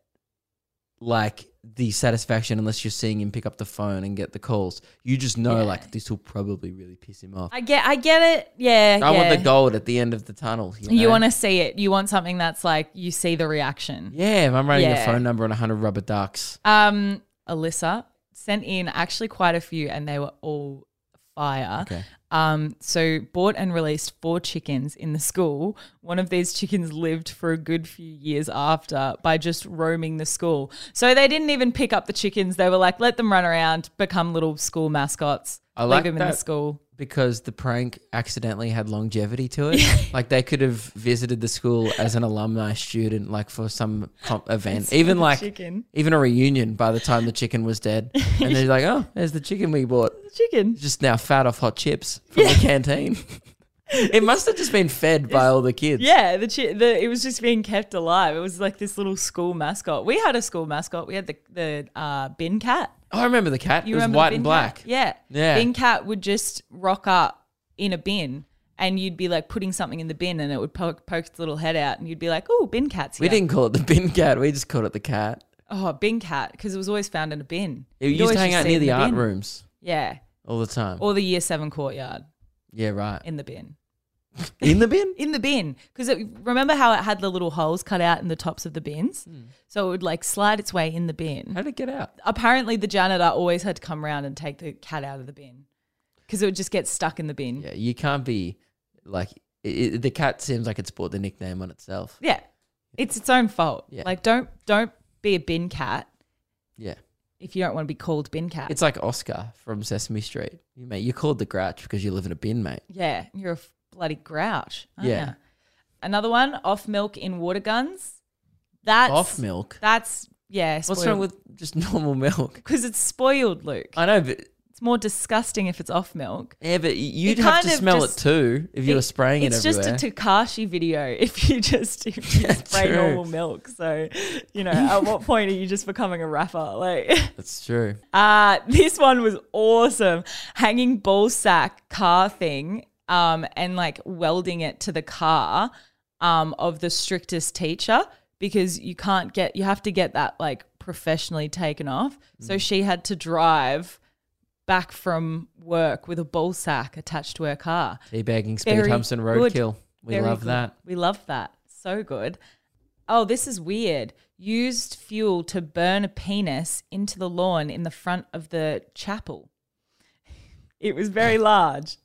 S1: like the satisfaction unless you're seeing him pick up the phone and get the calls. You just know
S2: Yeah.
S1: like this will probably really piss him off.
S2: I get, I get it. Yeah,
S1: I want
S2: yeah.
S1: the gold at the end of the tunnel. You,
S2: You
S1: know?
S2: want to see it. You want something that's like you see the reaction.
S1: Yeah, if I'm writing
S2: Yeah.
S1: a phone number on hundred rubber ducks.
S2: Um, Alyssa sent in actually quite a few, and they were all fire.
S1: Okay.
S2: Um, so bought and released four chickens in the school. One of these chickens lived for a good few years after by just roaming the school. So they didn't even pick up the chickens. They were like, let them run around, become little school mascots.
S1: I
S2: leave
S1: like
S2: them in the
S1: that.
S2: school.
S1: because the prank accidentally had longevity to it. like they could have visited the school as an alumni student, like for some com- event, even like
S2: chicken.
S1: even a reunion. By the time the chicken was dead, and they're like, "Oh, there's the chicken we bought,
S2: Chicken.
S1: just now fat off hot chips from the canteen." it must have just been fed by all the kids.
S2: Yeah, the, chi- the it was just being kept alive. It was like this little school mascot. We had a school mascot. We had the the uh, bin cat.
S1: Oh, I remember the cat. it
S2: You
S1: was
S2: remember the
S1: white
S2: bin
S1: and black.
S2: Cat? Yeah,
S1: Yeah.
S2: Bin cat would just rock up in a bin, and you'd be like putting something in the bin, and it would poke, poke its little head out, and you'd be like, "Oh, bin cat's
S1: We
S2: here."
S1: didn't call it the bin cat. We just called it the cat.
S2: oh, bin cat, because it was always found in a bin.
S1: It
S2: You'd
S1: used
S2: always
S1: to hang
S2: just
S1: out
S2: see it
S1: near
S2: in
S1: the art
S2: bin.
S1: rooms
S2: Yeah,
S1: all the time.
S2: or the year seven courtyard
S1: yeah, right.
S2: in the bin.
S1: In the bin?
S2: in the bin because remember how it had the little holes cut out in the tops of the bins
S1: Hmm.
S2: so it would like slide its way in the bin
S1: How did it get out?
S2: apparently the janitor always had to come round and take the cat out of the bin because it would just get stuck in the bin yeah,
S1: Yeah, you can't be like i i the cat seems like it's bought the nickname on itself.
S2: it's its own fault
S1: Yeah.
S2: like don't don't be a bin cat
S1: Yeah,
S2: if you don't want to be called bin cat
S1: it's like Oscar from Sesame Street. You mate, you're called the Grouch because you live in a bin, mate.
S2: yeah you're a f- bloody grouch. aren't
S1: Yeah.
S2: ya? Another one, off milk in water guns. That's
S1: Off milk.
S2: That's yeah.
S1: What's wrong with just normal milk?
S2: Because it's spoiled, Luke.
S1: I know, but
S2: It's more disgusting if it's off milk.
S1: yeah, but y- you'd
S2: It
S1: have
S2: kind
S1: to
S2: of
S1: smell
S2: just-
S1: it too if you were
S2: It-
S1: spraying it
S2: it's
S1: everywhere.
S2: just a Takashi video if you just if you
S1: Yeah,
S2: spray
S1: true.
S2: normal milk. So, you know, at what point are you just becoming a rapper? Like,
S1: That's true.
S2: uh, this one was awesome. Hanging ball sack car thing, um, and like welding it to the car, um, of the strictest teacher because you can't get you have to get that like professionally taken off.
S1: Mm.
S2: So she had to drive back from work with a ball sack attached to her car.
S1: Teabagging speed
S2: Very
S1: humps and
S2: good.
S1: roadkill. We
S2: Very
S1: love
S2: good.
S1: that.
S2: We love that. So good. Oh, this is weird. Used fuel to burn a penis into the lawn in the front of the chapel. It was very large.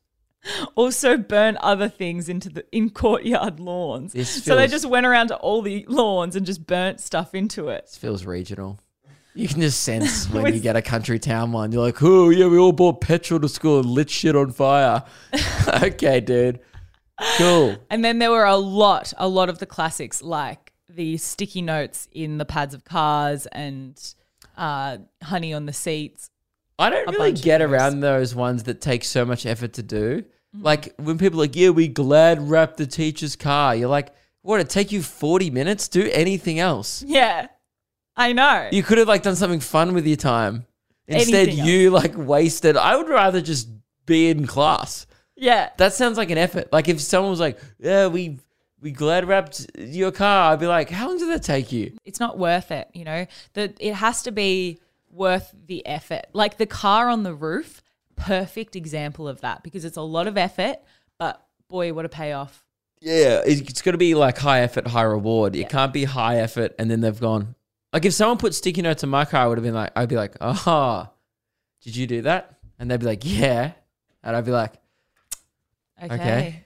S2: Also burn other things into the in courtyard lawns.
S1: This
S2: so they
S1: feels-
S2: just went around to all the lawns and just burnt stuff into it.
S1: This feels regional. You can just sense when you get a country town one. You're like, oh, yeah, we all bought petrol to school and lit shit on fire. okay, dude. Cool.
S2: And then there were a lot, a lot of the classics like the sticky notes in the pads of cars and uh, honey on the seats.
S1: I don't really
S2: bunch of
S1: get around those ones that take so much effort to do.
S2: Mm-hmm.
S1: Like when people are like, yeah, we glad wrap the teacher's car. You're like, what, it take you 40 minutes? Do anything else.
S2: Yeah, I know.
S1: You could have like done something fun with your time. Instead,
S2: Anything
S1: you like wasted. I would rather just be in class.
S2: yeah,
S1: That sounds like an effort. Like if someone was like, "Yeah, we we glad wrapped your car," I'd be like, "How long did that take you?"
S2: it's not worth it. You know that it has to be worth the effort. Like the car on the roof, perfect example of that because it's a lot of effort, but boy, what a payoff.
S1: Yeah, it's, it's got to be like high effort, high reward. It can't be high effort and then they've gone. Like if someone put sticky notes in my car, I would have been like, I'd be like, "Aha, did you do that?" And they'd be like, "Yeah," and I'd be like,
S2: Okay.
S1: Okay.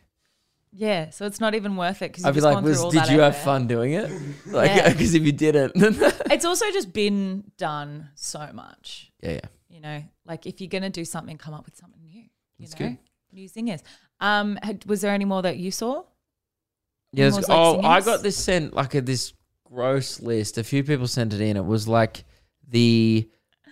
S2: Yeah, so it's not even worth it because
S1: "I'd
S2: you've
S1: be
S2: just
S1: like,
S2: gone through
S1: was,
S2: all
S1: did
S2: that
S1: you have
S2: effort.
S1: fun doing it?" Like,
S2: Yeah.
S1: because if you didn't, then
S2: It's also just been done so much.
S1: yeah, yeah,
S2: You know, like if you're gonna do something, come up with something new. You
S1: That's
S2: know,
S1: good.
S2: new singers. Um, had, was there any more that you saw?
S1: Yeah,
S2: More
S1: it's-
S2: like
S1: oh, I
S2: singers?
S1: got this sent like a, this gross list. A few people sent it in. It was like the,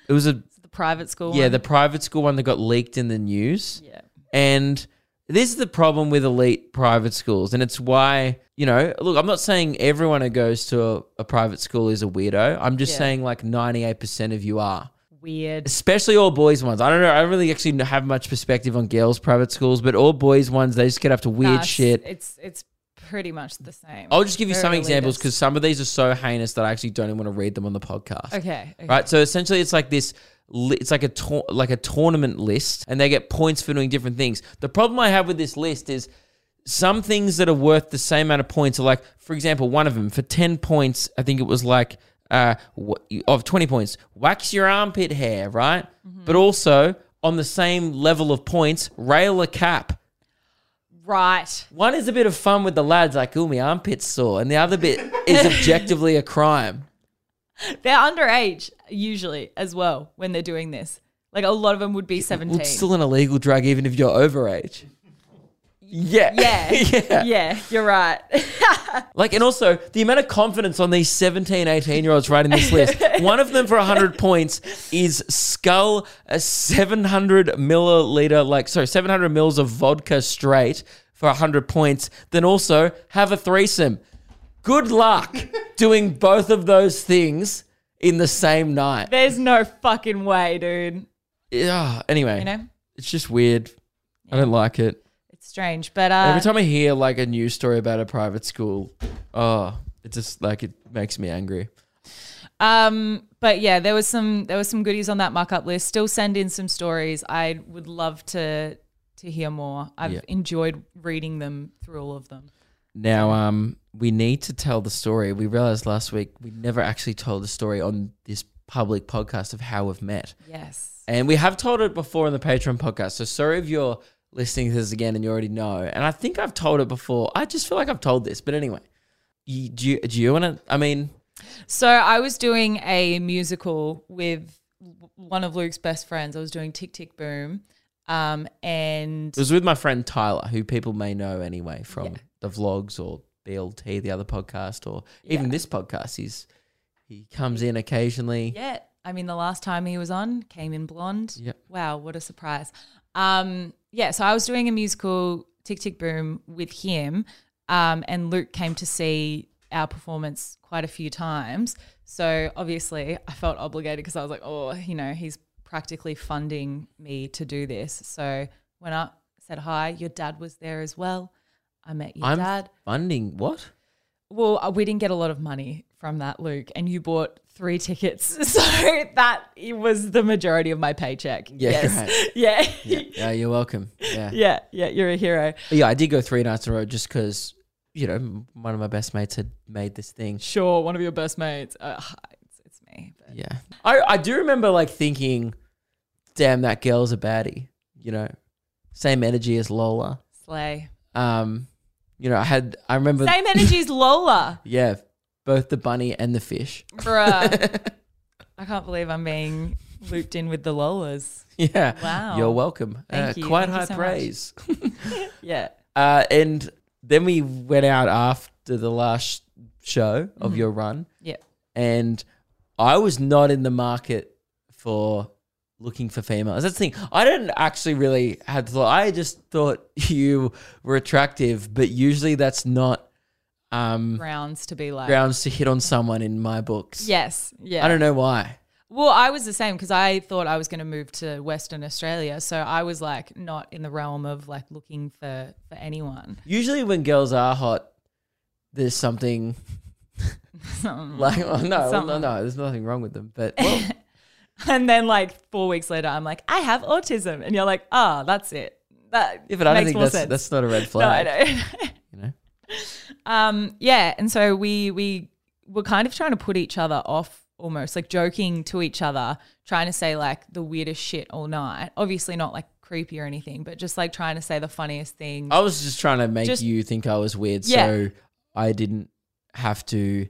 S1: it was a
S2: The private school.
S1: yeah
S2: one?
S1: the private school one that got leaked in the news,
S2: yeah.
S1: and this is the problem with elite private schools, and it's why you know look, I'm not saying everyone who goes to a, a private school is a weirdo. I'm just
S2: Yeah.
S1: saying like 98 percent of you are.
S2: Weird.
S1: Especially all boys ones. I don't know. I don't really actually have much perspective on girls' private schools, but all boys ones, they just get up to weird
S2: Us,
S1: shit.
S2: It's it's pretty much the same.
S1: I'll just give you
S2: Very
S1: some examples
S2: elitist.
S1: because some of these are so heinous that I actually don't even want to read them on the podcast.
S2: okay, okay.
S1: Right. So essentially, it's like this. li- It's like a tour like a tournament list, and they get points for doing different things. The problem I have with this list is some things that are worth the same amount of points are like, for example, one of them for ten points, I think it was like uh wh- of twenty points, wax your armpit hair, right?
S2: Mm-hmm.
S1: But also on the same level of points, rail a cap.
S2: right.
S1: One is a bit of fun with the lads, like, ooh, my armpit's sore. And the other bit is objectively a crime.
S2: They're underage usually as well when they're doing this. Like a lot of them would be
S1: Well,
S2: seventeen.
S1: it's still an illegal drug, even if you're overage. Yeah.
S2: yeah, yeah, You're right.
S1: Like, and also the amount of confidence on these 17, 18 year olds writing this list. One of them for 100 points is skull a 700 milliliter, like, sorry, 700 mils of vodka straight for 100 points. Then also have a threesome. Good luck doing both of those things in the same night.
S2: There's no fucking way, dude.
S1: Yeah. Anyway,
S2: You know,
S1: it's just weird. I don't like it.
S2: it's strange, but uh,
S1: Every time I hear like a news story about a private school, oh, it just like it makes me angry.
S2: Um, but yeah, there was some there was some goodies on that muck up list. Still send in some stories. I would love to to hear more. I've
S1: Yeah.
S2: enjoyed reading them through all of them.
S1: Now, um, we need to tell the story. We realized last week we never actually told the story on this public podcast of how we've met,
S2: Yes.
S1: and we have told it before on the Patreon podcast. So sorry if you're listening to this again and you already know. And I think I've told it before. I just feel like I've told this, but anyway, you, do you do you want to? I mean,
S2: So I was doing a musical with w- one of Luke's best friends. I was doing Tick Tick Boom. Um, and
S1: It was with my friend Tyler, who people may know anyway from the vlogs or BLT, the other podcast, or even
S2: Yeah.
S1: this podcast. He's he comes in occasionally.
S2: yeah, I mean, the last time he was on came in blonde.
S1: Yep.
S2: Wow, what a surprise. Um, yeah, so I was doing a musical, Tick Tick Boom, with him, um, and Luke came to see our performance quite a few times. So obviously, I felt obligated because I was like, oh, you know, he's practically funding me to do this. So when I said hi, your dad was there as well. I met your
S1: I'm
S2: dad.
S1: funding what?
S2: Well, uh, we didn't get a lot of money from that, Luke, and you bought three tickets, so that it was the majority of my paycheck.
S1: Yeah,
S2: yes,
S1: right.
S2: yeah.
S1: Yeah,
S2: yeah,
S1: yeah, you're welcome. Yeah. yeah,
S2: yeah, You're a hero.
S1: I did go three nights in a row just because you know m- one of my best mates had made this thing.
S2: Sure, one of your best mates. Uh, it's, it's me. But
S1: Yeah, I I do remember like thinking, damn, that girl's a baddie. You know, same energy as Lola.
S2: slay.
S1: Um, you know, I had I remember
S2: Same energy as Lola,
S1: yeah, both the bunny and the fish.
S2: bruh. I can't believe I'm being looped in with the Lolas.
S1: Yeah.
S2: Wow.
S1: You're welcome. Uh,
S2: Thank you.
S1: Quite
S2: Thank you
S1: high
S2: so much.
S1: praise.
S2: Yeah.
S1: uh, and then we went out after the last show of
S2: Mm-hmm.
S1: your run,
S2: Yep.
S1: and I was not in the market for looking for females. That's the thing. I didn't actually really had thought. I just thought you were attractive, but usually that's not um,
S2: Grounds to be like.
S1: grounds to hit on someone in my books.
S2: Yes. Yeah.
S1: I don't know why.
S2: Well, I was the same because I thought I was going to move to Western Australia, so I was like not in the realm of like looking for for anyone.
S1: Usually when girls are hot, there's something Like, oh, no, well, no,
S2: Something.
S1: no, there's nothing wrong with them. But well,
S2: and then like four weeks later, I'm like, I have autism, and you're like, ah, that's it. That
S1: if it, I don't
S2: makes
S1: think
S2: more
S1: that's
S2: sense.
S1: that's not a red
S2: no, I
S1: flag.
S2: know.
S1: you know,
S2: um, yeah, and so we we were kind of trying to put each other off. Almost like joking to each other, trying to say like the weirdest shit all night. Obviously, not like creepy or anything, but just like trying to say the funniest thing.
S1: I was just trying to make
S2: Just-
S1: you think I was weird,
S2: Yeah.
S1: so I didn't have to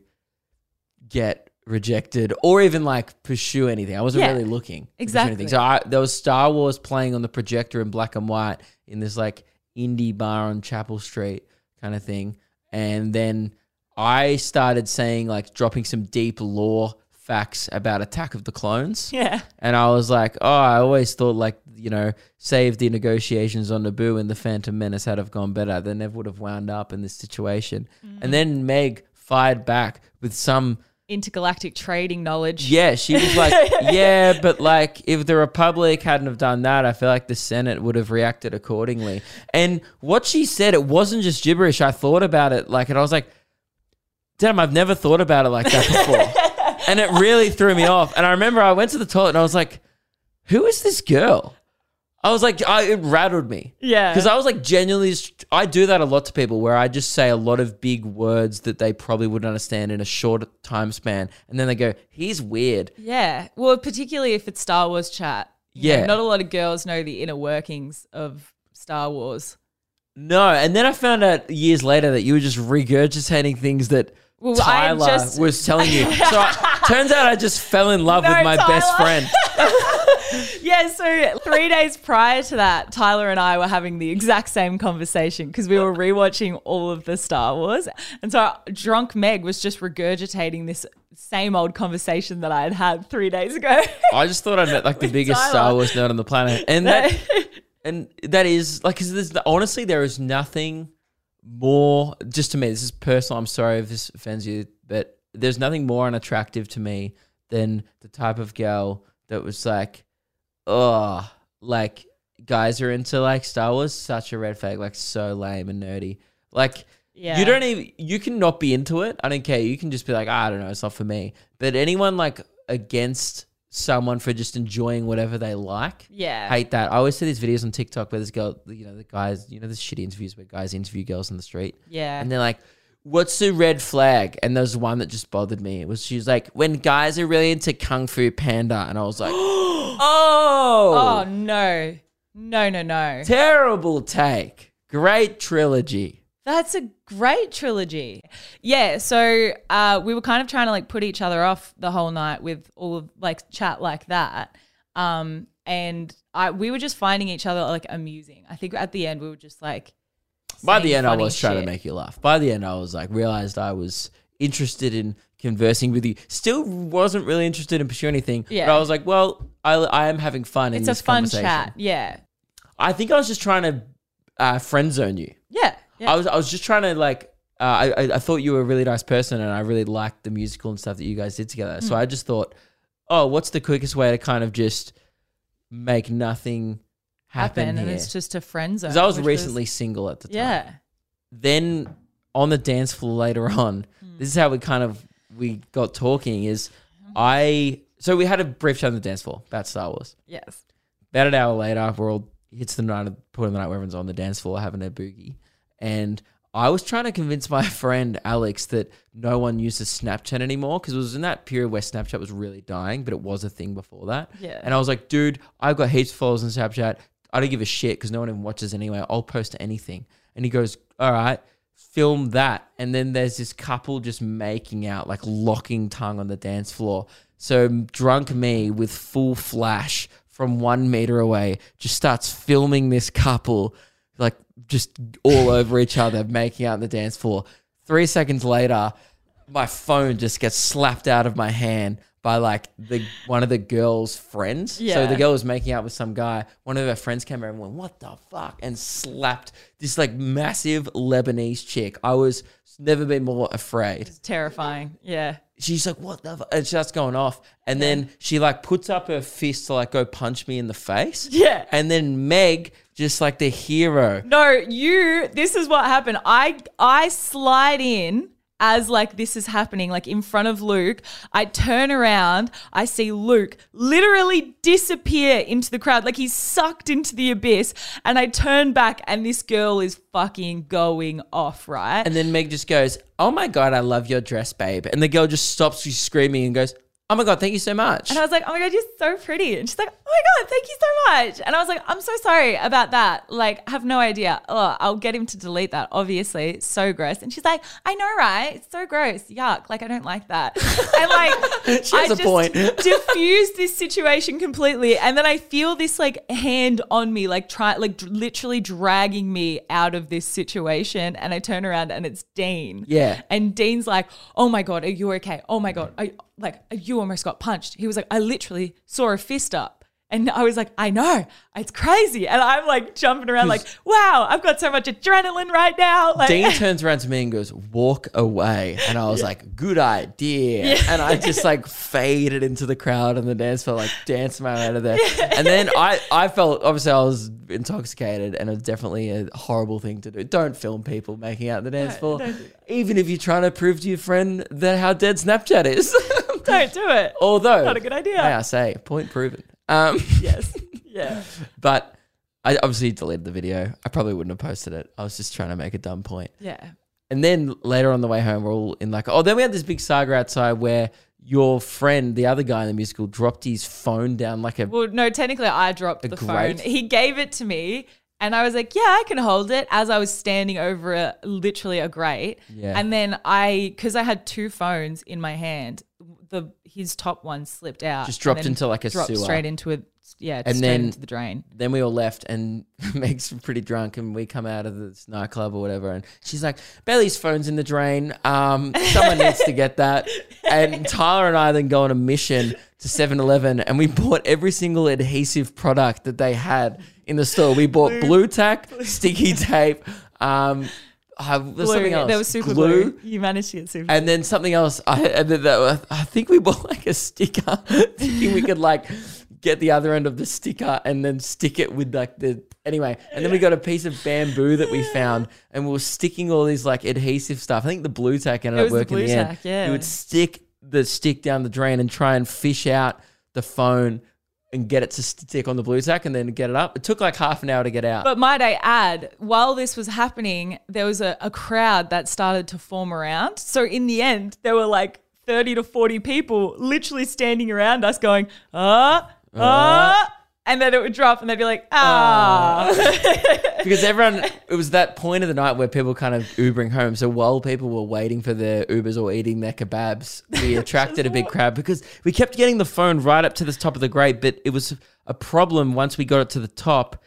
S1: get rejected or even like pursue anything. I wasn't
S2: Yeah.
S1: really looking to pursue
S2: Exactly.
S1: anything. So I, there was Star Wars playing on the projector in black and white in this like indie bar on Chapel Street kind of thing, and then I started saying like dropping some deep lore facts about Attack of the Clones.
S2: Yeah.
S1: And I was like, oh, I always thought like, you know, save the negotiations on Naboo and the Phantom Menace had have gone better. They never would have wound up in this situation. And then Meg fired back with some
S2: intergalactic trading knowledge.
S1: yeah, she was like, yeah, but like if the Republic hadn't have done that, I feel like the Senate would have reacted accordingly. And what she said, it wasn't just gibberish. I thought about it like, and I was like, damn, I've never thought about it like that before. and it really threw me off. And I remember I went to the toilet and I was like, who is this girl? I was like, I, it rattled me.
S2: Yeah.
S1: Because I was like genuinely, st- I do that a lot to people where I just say a lot of big words that they probably wouldn't understand in a short time span. And then they go, he's weird.
S2: Yeah. Well, particularly if it's Star Wars chat. You know,
S1: Yeah.
S2: not a lot of girls know the inner workings of Star Wars.
S1: No. And then I found out years later that you were just regurgitating things that
S2: Well, I
S1: Tyler
S2: just-
S1: was telling you. So I, turns out I just fell in love
S2: No,
S1: with my best
S2: Tyler.
S1: friend.
S2: Yeah. So three days prior to that, Tyler and I were having the exact same conversation because we were rewatching all of the Star Wars. And so drunk Meg was just regurgitating this same old conversation that I had had three days ago.
S1: I just thought I met like the biggest
S2: Tyler.
S1: Star Wars nerd on the planet, and that and that is like, cause there's honestly there is nothing more. Just to me, this is personal. I'm sorry if this offends you, but there's nothing more unattractive to me than the type of girl that was like, oh, like guys are into like Star Wars, such a red flag, like so lame and nerdy, like.
S2: yeah.
S1: You don't even you can not be into it. I don't care. You can just be like, "Ah, I don't know, it's not for me. But anyone like against someone for just enjoying whatever they like.
S2: Yeah.
S1: Hate that. I always see these videos on TikTok where this girl, you know, the guys, you know, the shitty interviews where guys interview girls on the street.
S2: yeah.
S1: And they're like, what's the red flag? And there's one that just bothered me. It was she was like, when guys are really into Kung Fu Panda. And I was like,
S2: oh,
S1: oh,
S2: no. No, no, no.
S1: terrible take. Great trilogy.
S2: That's a great trilogy. Yeah, so uh, we were kind of trying to like put each other off the whole night with all of like chat like that. Um, and I we were just finding each other like amusing. I think at the end we were just like.
S1: By
S2: saying
S1: the end, I
S2: funny
S1: was trying
S2: shit.
S1: to make you laugh. By the end, I was like, realized I was interested in conversing with you. Still wasn't really interested in pursuing anything.
S2: Yeah.
S1: But I was like, well, I, I am having fun in
S2: It's a
S1: this
S2: fun
S1: conversation.
S2: chat. Yeah.
S1: I think I was just trying to uh, friend zone you.
S2: Yeah. yeah.
S1: I was I was just trying to like uh, I I- I thought you were a really nice person and I really liked the musical and stuff that you guys did together.
S2: Hmm.
S1: So I just thought, oh, what's the quickest way to kind of just make nothing happen,
S2: and
S1: here?
S2: it's just a friend zone.
S1: Because I was
S2: which
S1: recently single at the time.
S2: yeah.
S1: Then on the dance floor later on,
S2: Hmm.
S1: this is how we kind of we got talking. Is
S2: Mm-hmm.
S1: I so we had a brief chat on the dance floor about Star Wars.
S2: Yes.
S1: About an hour later, we're all hits the night point of the night where everyone's on the dance floor having their boogie. And I was trying to convince my friend Alex that no one uses Snapchat anymore because it was in that period where Snapchat was really dying, but it was a thing before that.
S2: Yeah.
S1: And I was like, dude, I've got heaps of followers on Snapchat. I don't give a shit because no one even watches anyway. I'll post anything. And he goes, all right, film that. And then there's this couple just making out, like locking tongue on the dance floor. So drunk me with full flash from one meter away just starts filming this couple, like just all over each other, making out on the dance floor. Three seconds later, my phone just gets slapped out of my hand by like the one of the girl's friends.
S2: Yeah.
S1: So the girl was making out with some guy. One of her friends came over and went, "What the fuck?" and slapped this like massive Lebanese chick. I was never been more afraid.
S2: It's terrifying. Yeah.
S1: She's like, "What the?" Fuck? and she starts going off, and then she like puts up her fist to like go punch me in the face.
S2: Yeah.
S1: and then Meg, just like the hero,
S2: No, you. This is what happened. I I slide in as like this is happening, like in front of Luke. I turn around. I see Luke literally disappear into the crowd, like he's sucked into the abyss. And I turn back, and this girl is fucking going off, right?
S1: And then Meg just goes, Oh my God, I love your dress, babe. And the girl just stops she's screaming and goes, Oh my God, thank you so much.
S2: And I was like, oh my God, you're so pretty. And she's like, oh my God, thank you so much. And I was like, I'm so sorry about that. Like, I have no idea. Oh, I'll get him to delete that, obviously. It's so gross. And she's like, I know, right? It's so gross. Yuck. Like, I don't like that. And like,
S1: She has
S2: I
S1: a point.
S2: diffused this situation completely. And then I feel this like hand on me, like try, like dr- literally dragging me out of this situation. And I turn around and it's Dean.
S1: Yeah.
S2: And Dean's like, "Oh my god, are you okay? Oh my god, I like you almost got punched." He was like, "I literally saw a fist up." And I was like, I know, it's crazy. And I'm like jumping around, like, wow, I've got so much adrenaline right now. Like,
S1: Dean turns around to me and goes, Walk away. And I was like, Good idea. And I just like faded into the crowd and the dance floor, like danced my way out of there. And then I, I felt, obviously, I was intoxicated and it was definitely a horrible thing to do. Don't film people making out on the dance floor, even if you're trying to prove to your friend that how dead Snapchat is.
S2: don't do it.
S1: Although,
S2: Not a good idea.
S1: May I say, point proven. Um,
S2: yes. Yeah.
S1: But I obviously deleted the video. I probably wouldn't have posted it. I was just trying to make a dumb point.
S2: Yeah.
S1: And then later on the way home, we're all in like, oh, then we had this big saga outside where your friend, the other guy in the musical, dropped his phone down like a.
S2: Well, no, technically I dropped the
S1: grate?
S2: phone. He gave it to me and I was like, yeah, I can hold it as I was standing over a, literally a grate.
S1: Yeah.
S2: And then I, because I had two phones in my hand, the his top one slipped out.
S1: Just dropped
S2: and then
S1: into, like, a
S2: dropped
S1: sewer.
S2: straight into a, yeah,
S1: And
S2: straight
S1: then-
S2: into the drain.
S1: Then we all left, and Meg's pretty drunk, and we come out of this nightclub or whatever, and she's like, "Bailey's phone's in the drain. Um, someone needs to get that." And Tyler and I then go on a mission to 7-Eleven, and we bought every single adhesive product that they had in the store. We bought blue tack, sticky tape, um, uh, there's
S2: Glue.
S1: something else,
S2: There was super glue. You managed to get super
S1: and then something else. I, and then that, I think we bought like a sticker, thinking we could like get the other end of the sticker and then stick it with like the anyway. And then we got a piece of bamboo that we found, and we were sticking all these like adhesive stuff. I think the blue tack ended up
S2: It was the
S1: working
S2: blue
S1: in the end.
S2: tack, yeah.
S1: You would stick the stick down the drain and try and fish out the phone and get it to stick on the blue tack and then get it up. It took like half an hour to get out.
S2: But might I add, while this was happening, there was a, a crowd that started to form around. So in the end, there were like
S1: Uh.
S2: 30 to 40 people literally standing around us going, ah, ah, "Uh, and then it would drop, and they'd be like, ah.
S1: because everyone it was that point of the night where people kind of Ubering home. So while people were waiting for their Ubers or eating their kebabs, we attracted a big crowd because we kept getting the phone right up to the top of the grate, but it was a problem once we got it to the top.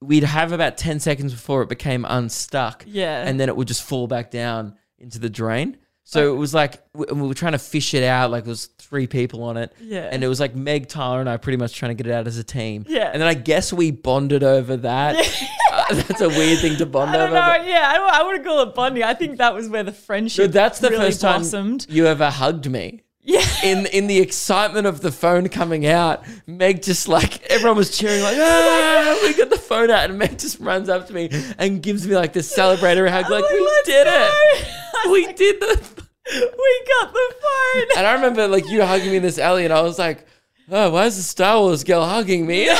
S1: We'd have about ten seconds before it became unstuck.
S2: Yeah.
S1: And then it would just fall back down into the drain. So it was like we we were trying to fish it out. Like there was three people on it,
S2: Yeah.
S1: And it was like Meg Tyler and I pretty much trying to get it out as a team,
S2: Yeah.
S1: And then I guess we bonded over that. Uh, that's a weird thing to bond
S2: I
S1: over.
S2: don't know.
S1: but-
S2: Yeah, I, don't- I wouldn't call it bonding. I think that was where the friendship.
S1: Dude, that's the
S2: really
S1: first time
S2: blossomed.
S1: you ever hugged me.
S2: Yeah.
S1: In in the excitement of the phone coming out, Meg just like everyone was cheering like, ah, we got the phone out, and Meg just runs up to me and gives me like this celebratory hug, like, we
S2: Oh, "Let's
S1: did it,
S2: go."
S1: we did the.
S2: we got the phone.
S1: And I remember like you hugging me in this alley, and I was like, oh, why is the Star Wars girl hugging me?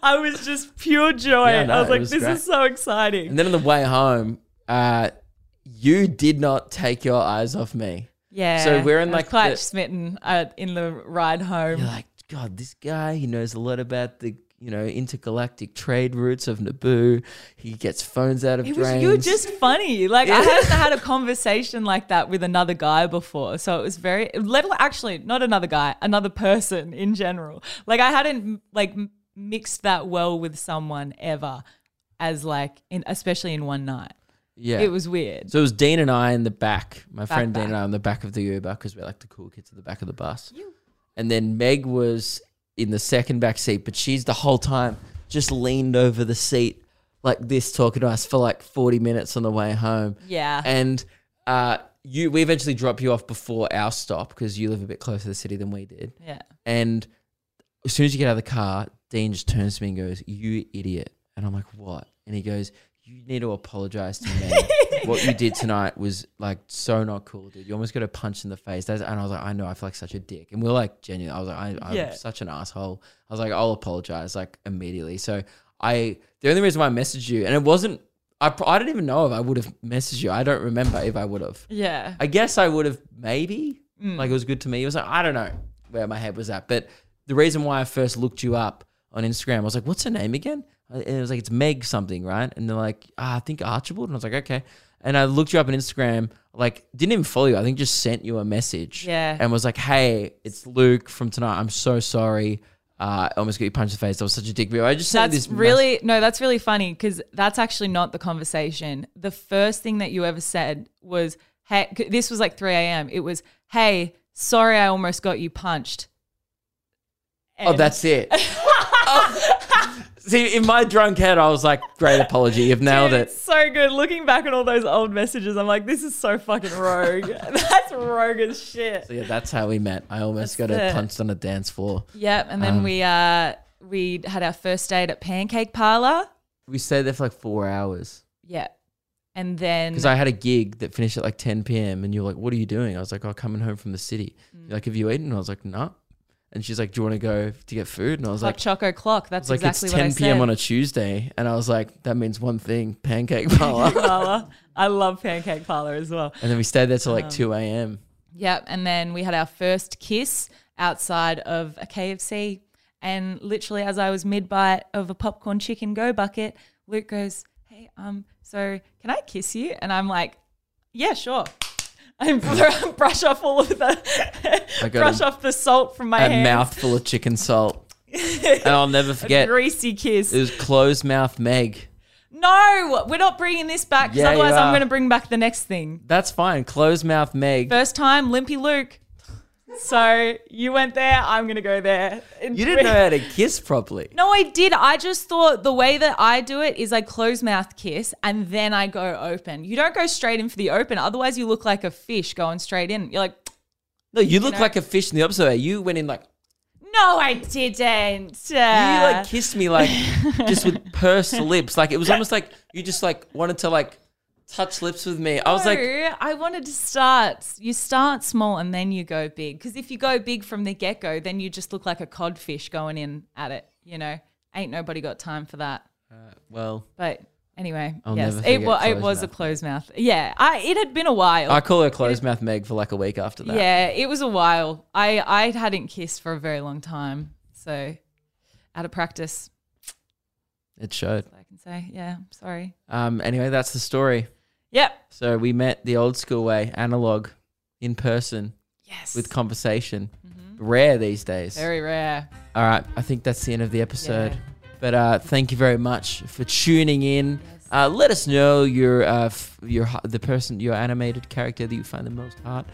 S2: I was just pure joy.
S1: Yeah, no,
S2: I was
S1: it
S2: like,
S1: was
S2: this
S1: great.
S2: is so exciting.
S1: and then on the way home, uh, you did not take your eyes off me.
S2: yeah.
S1: So we're in,
S2: I was
S1: like,
S2: quite
S1: the-
S2: smitten uh, in the ride home.
S1: You're like, God, this guy, he knows a lot about the you know intergalactic trade routes of Naboo. He gets phones out of
S2: It was
S1: drains.
S2: you were just funny. Like I haven't had a conversation like that with another guy before, so it was very. Let actually not another guy, another person in general. Like I hadn't like m- mixed that well with someone ever, as like in especially in one night.
S1: yeah.
S2: It was weird.
S1: so it was Dean and I in the back. My friend Dean
S2: back.
S1: and I on the back of the Uber because we're like the cool kids at the back of the bus. And then Meg was in the second back seat, but she's the whole time just leaned over the seat like this, talking to us for like forty minutes on the way home.
S2: Yeah.
S1: and uh, you we eventually drop you off before our stop because you live a bit closer to the city than we did.
S2: yeah.
S1: And as soon as you get out of the car, Dean just turns to me and goes, You idiot. And I'm like, What? And he goes, You need to apologize to me. what you did tonight was like so not cool, dude. You almost got a punch in the face. That's, and I was like, I know, I feel like such a dick. And we are like, genuine. I was like, I, I'm
S2: Yeah.
S1: such an asshole. I was like, I'll apologize like immediately. So I, the only reason why I messaged you, and it wasn't, I, pro- I don't even know if I would have messaged you. I don't remember if I would have.
S2: Yeah.
S1: I guess I would have maybe
S2: Hmm.
S1: like it was good to me. It was like I don't know where my head was at, but the reason why I first looked you up on Instagram, I was like, "What's her name again?" And it was like it's Meg something, right? And they're like, ah, "I think Archibald," and I was like, "Okay." And I looked you up on Instagram, like didn't even follow you. I think just sent you a message,
S2: Yeah.
S1: and was like, "Hey, it's Luke from tonight. I'm so sorry. Uh, I almost got you punched in the face. That was such a dick move. I just sent you
S2: That's
S1: this
S2: really no. That's really funny because that's actually not the conversation. The first thing that you ever said was, "Hey," c- this was like 3 a.m. It was, "Hey, sorry, I almost got you punched."
S1: Oh, that's it. Oh. See, in my drunk head, I was like, great apology. You've nailed
S2: Dude,
S1: it.
S2: It's so good. Looking back on all those old messages, I'm like, this is so fucking rogue. that's rogue as shit.
S1: So yeah, that's how we met. I almost got
S2: the-
S1: a punched on a dance floor.
S2: Yep.
S1: Um,
S2: And then we uh we had our first date at Pancake Parlor.
S1: We stayed there for like four hours
S2: Yeah. And then
S1: because I had a gig that finished at like 10 p.m. And you're like, "What are you doing?" I was like, "I'm coming home from the city."
S2: Mm.
S1: You're like, "Have you eaten?" And I was like, "No." And she's like, "Do you want to go to get food?" And I was
S2: Hot
S1: like,
S2: Choco Clock.
S1: "It's
S2: That's
S1: like
S2: exactly
S1: it's
S2: what I
S1: 10
S2: said.
S1: p.m. on a Tuesday," and I was like, "That means one thing: pancake parlor."
S2: parlor. I love Pancake Parlor as well.
S1: and then we stayed there till
S2: Um,
S1: like 2 a.m.
S2: Yep. And then we had our first kiss outside of a KFC. And literally, as I was mid bite of a popcorn chicken go bucket, Luke goes, Hey, um, so can I kiss you? And I'm like, Yeah, sure. And br- brush off all of the
S1: got
S2: brush
S1: a-
S2: off the salt from my
S1: A
S2: hands.
S1: mouthful of chicken salt, and I'll never forget.
S2: Greasy kiss.
S1: It was closed mouth Meg.
S2: no, we're not bringing this back because
S1: Yeah, you
S2: otherwise I'm
S1: are.
S2: going to bring back the next thing.
S1: That's fine. Closed mouth Meg.
S2: First time, Limpy Luke. So you went there, I'm gonna go there.
S1: You didn't know how to kiss properly.
S2: No, I did. I just thought the way that I do it is I close mouth kiss and then I go open. You don't go straight in for the open, otherwise you look like a fish going straight in. You're like,
S1: No, you look like a fish in the opposite way. You went in like
S2: no, I didn't.
S1: you like kissed me like just with pursed lips. Like it was almost like you just like wanted to like touch lips with me. I was like,
S2: No, I wanted to start. You start small and then you go big. Because if you go big from the get go, then you just look like a codfish going in at it. You know, ain't nobody got time for that.
S1: well,
S2: But anyway,
S1: I'll
S2: yes,
S1: never
S2: it,
S1: forget
S2: wa- it
S1: closed
S2: was a
S1: mouth.
S2: closed mouth. Yeah, I, it had been a while.
S1: I call her closed mouth Meg for like a week after that.
S2: yeah, it was a while. I I hadn't kissed for a very long time, so out of practice.
S1: It showed.
S2: That's what I can say. Yeah, sorry.
S1: Um, anyway, that's the story.
S2: Yep.
S1: So we met the old school way, analog, in person,
S2: Yes.
S1: with conversation. Rare these days.
S2: Very rare.
S1: All right, I think that's the end of the episode.
S2: Yeah.
S1: But uh, thank you very much for tuning in. Uh, let us know your uh, f- your h- the person your animated character that you find the most hot,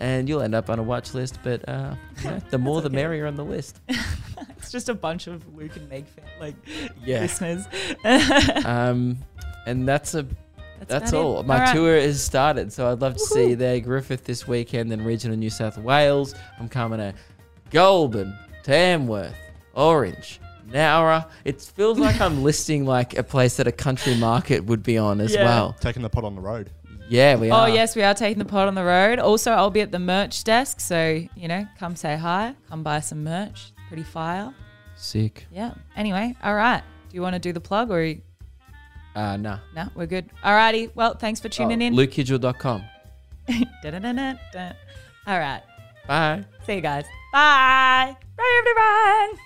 S1: and you'll end up on a watch list. But uh, you know, the more the
S2: okay.
S1: merrier on the list.
S2: It's just a bunch of Luke and Meg fan, like
S1: Yeah.
S2: listeners.
S1: um, and that's a that's
S2: about it.
S1: all. My
S2: right.
S1: tour is started, so I'd love to see you there. Griffith this weekend in regional New South Wales. I'm coming to Goulburn, Tamworth, Orange, Nowra. It feels like I'm listing like a place that a country market would be on as
S2: Yeah.
S1: well.
S3: Taking the pot on the road.
S1: Yeah, we
S2: Oh
S1: are.
S2: yes, we are taking the pod on the road. Also, I'll be at the merch desk, so you know, come say hi, come buy some merch. It's Pretty fire.
S1: Sick.
S2: Yeah. Anyway, all right. Do you want to do the plug or you-
S1: Uh, nah.
S2: no? We're good. Alrighty. Well, thanks for
S1: Oh,
S2: tuning in.
S1: LukeHidgel.com.
S2: Dun-dun-dun-dun-dun. All right.
S1: Bye.
S2: See you guys. Bye. Bye everyone.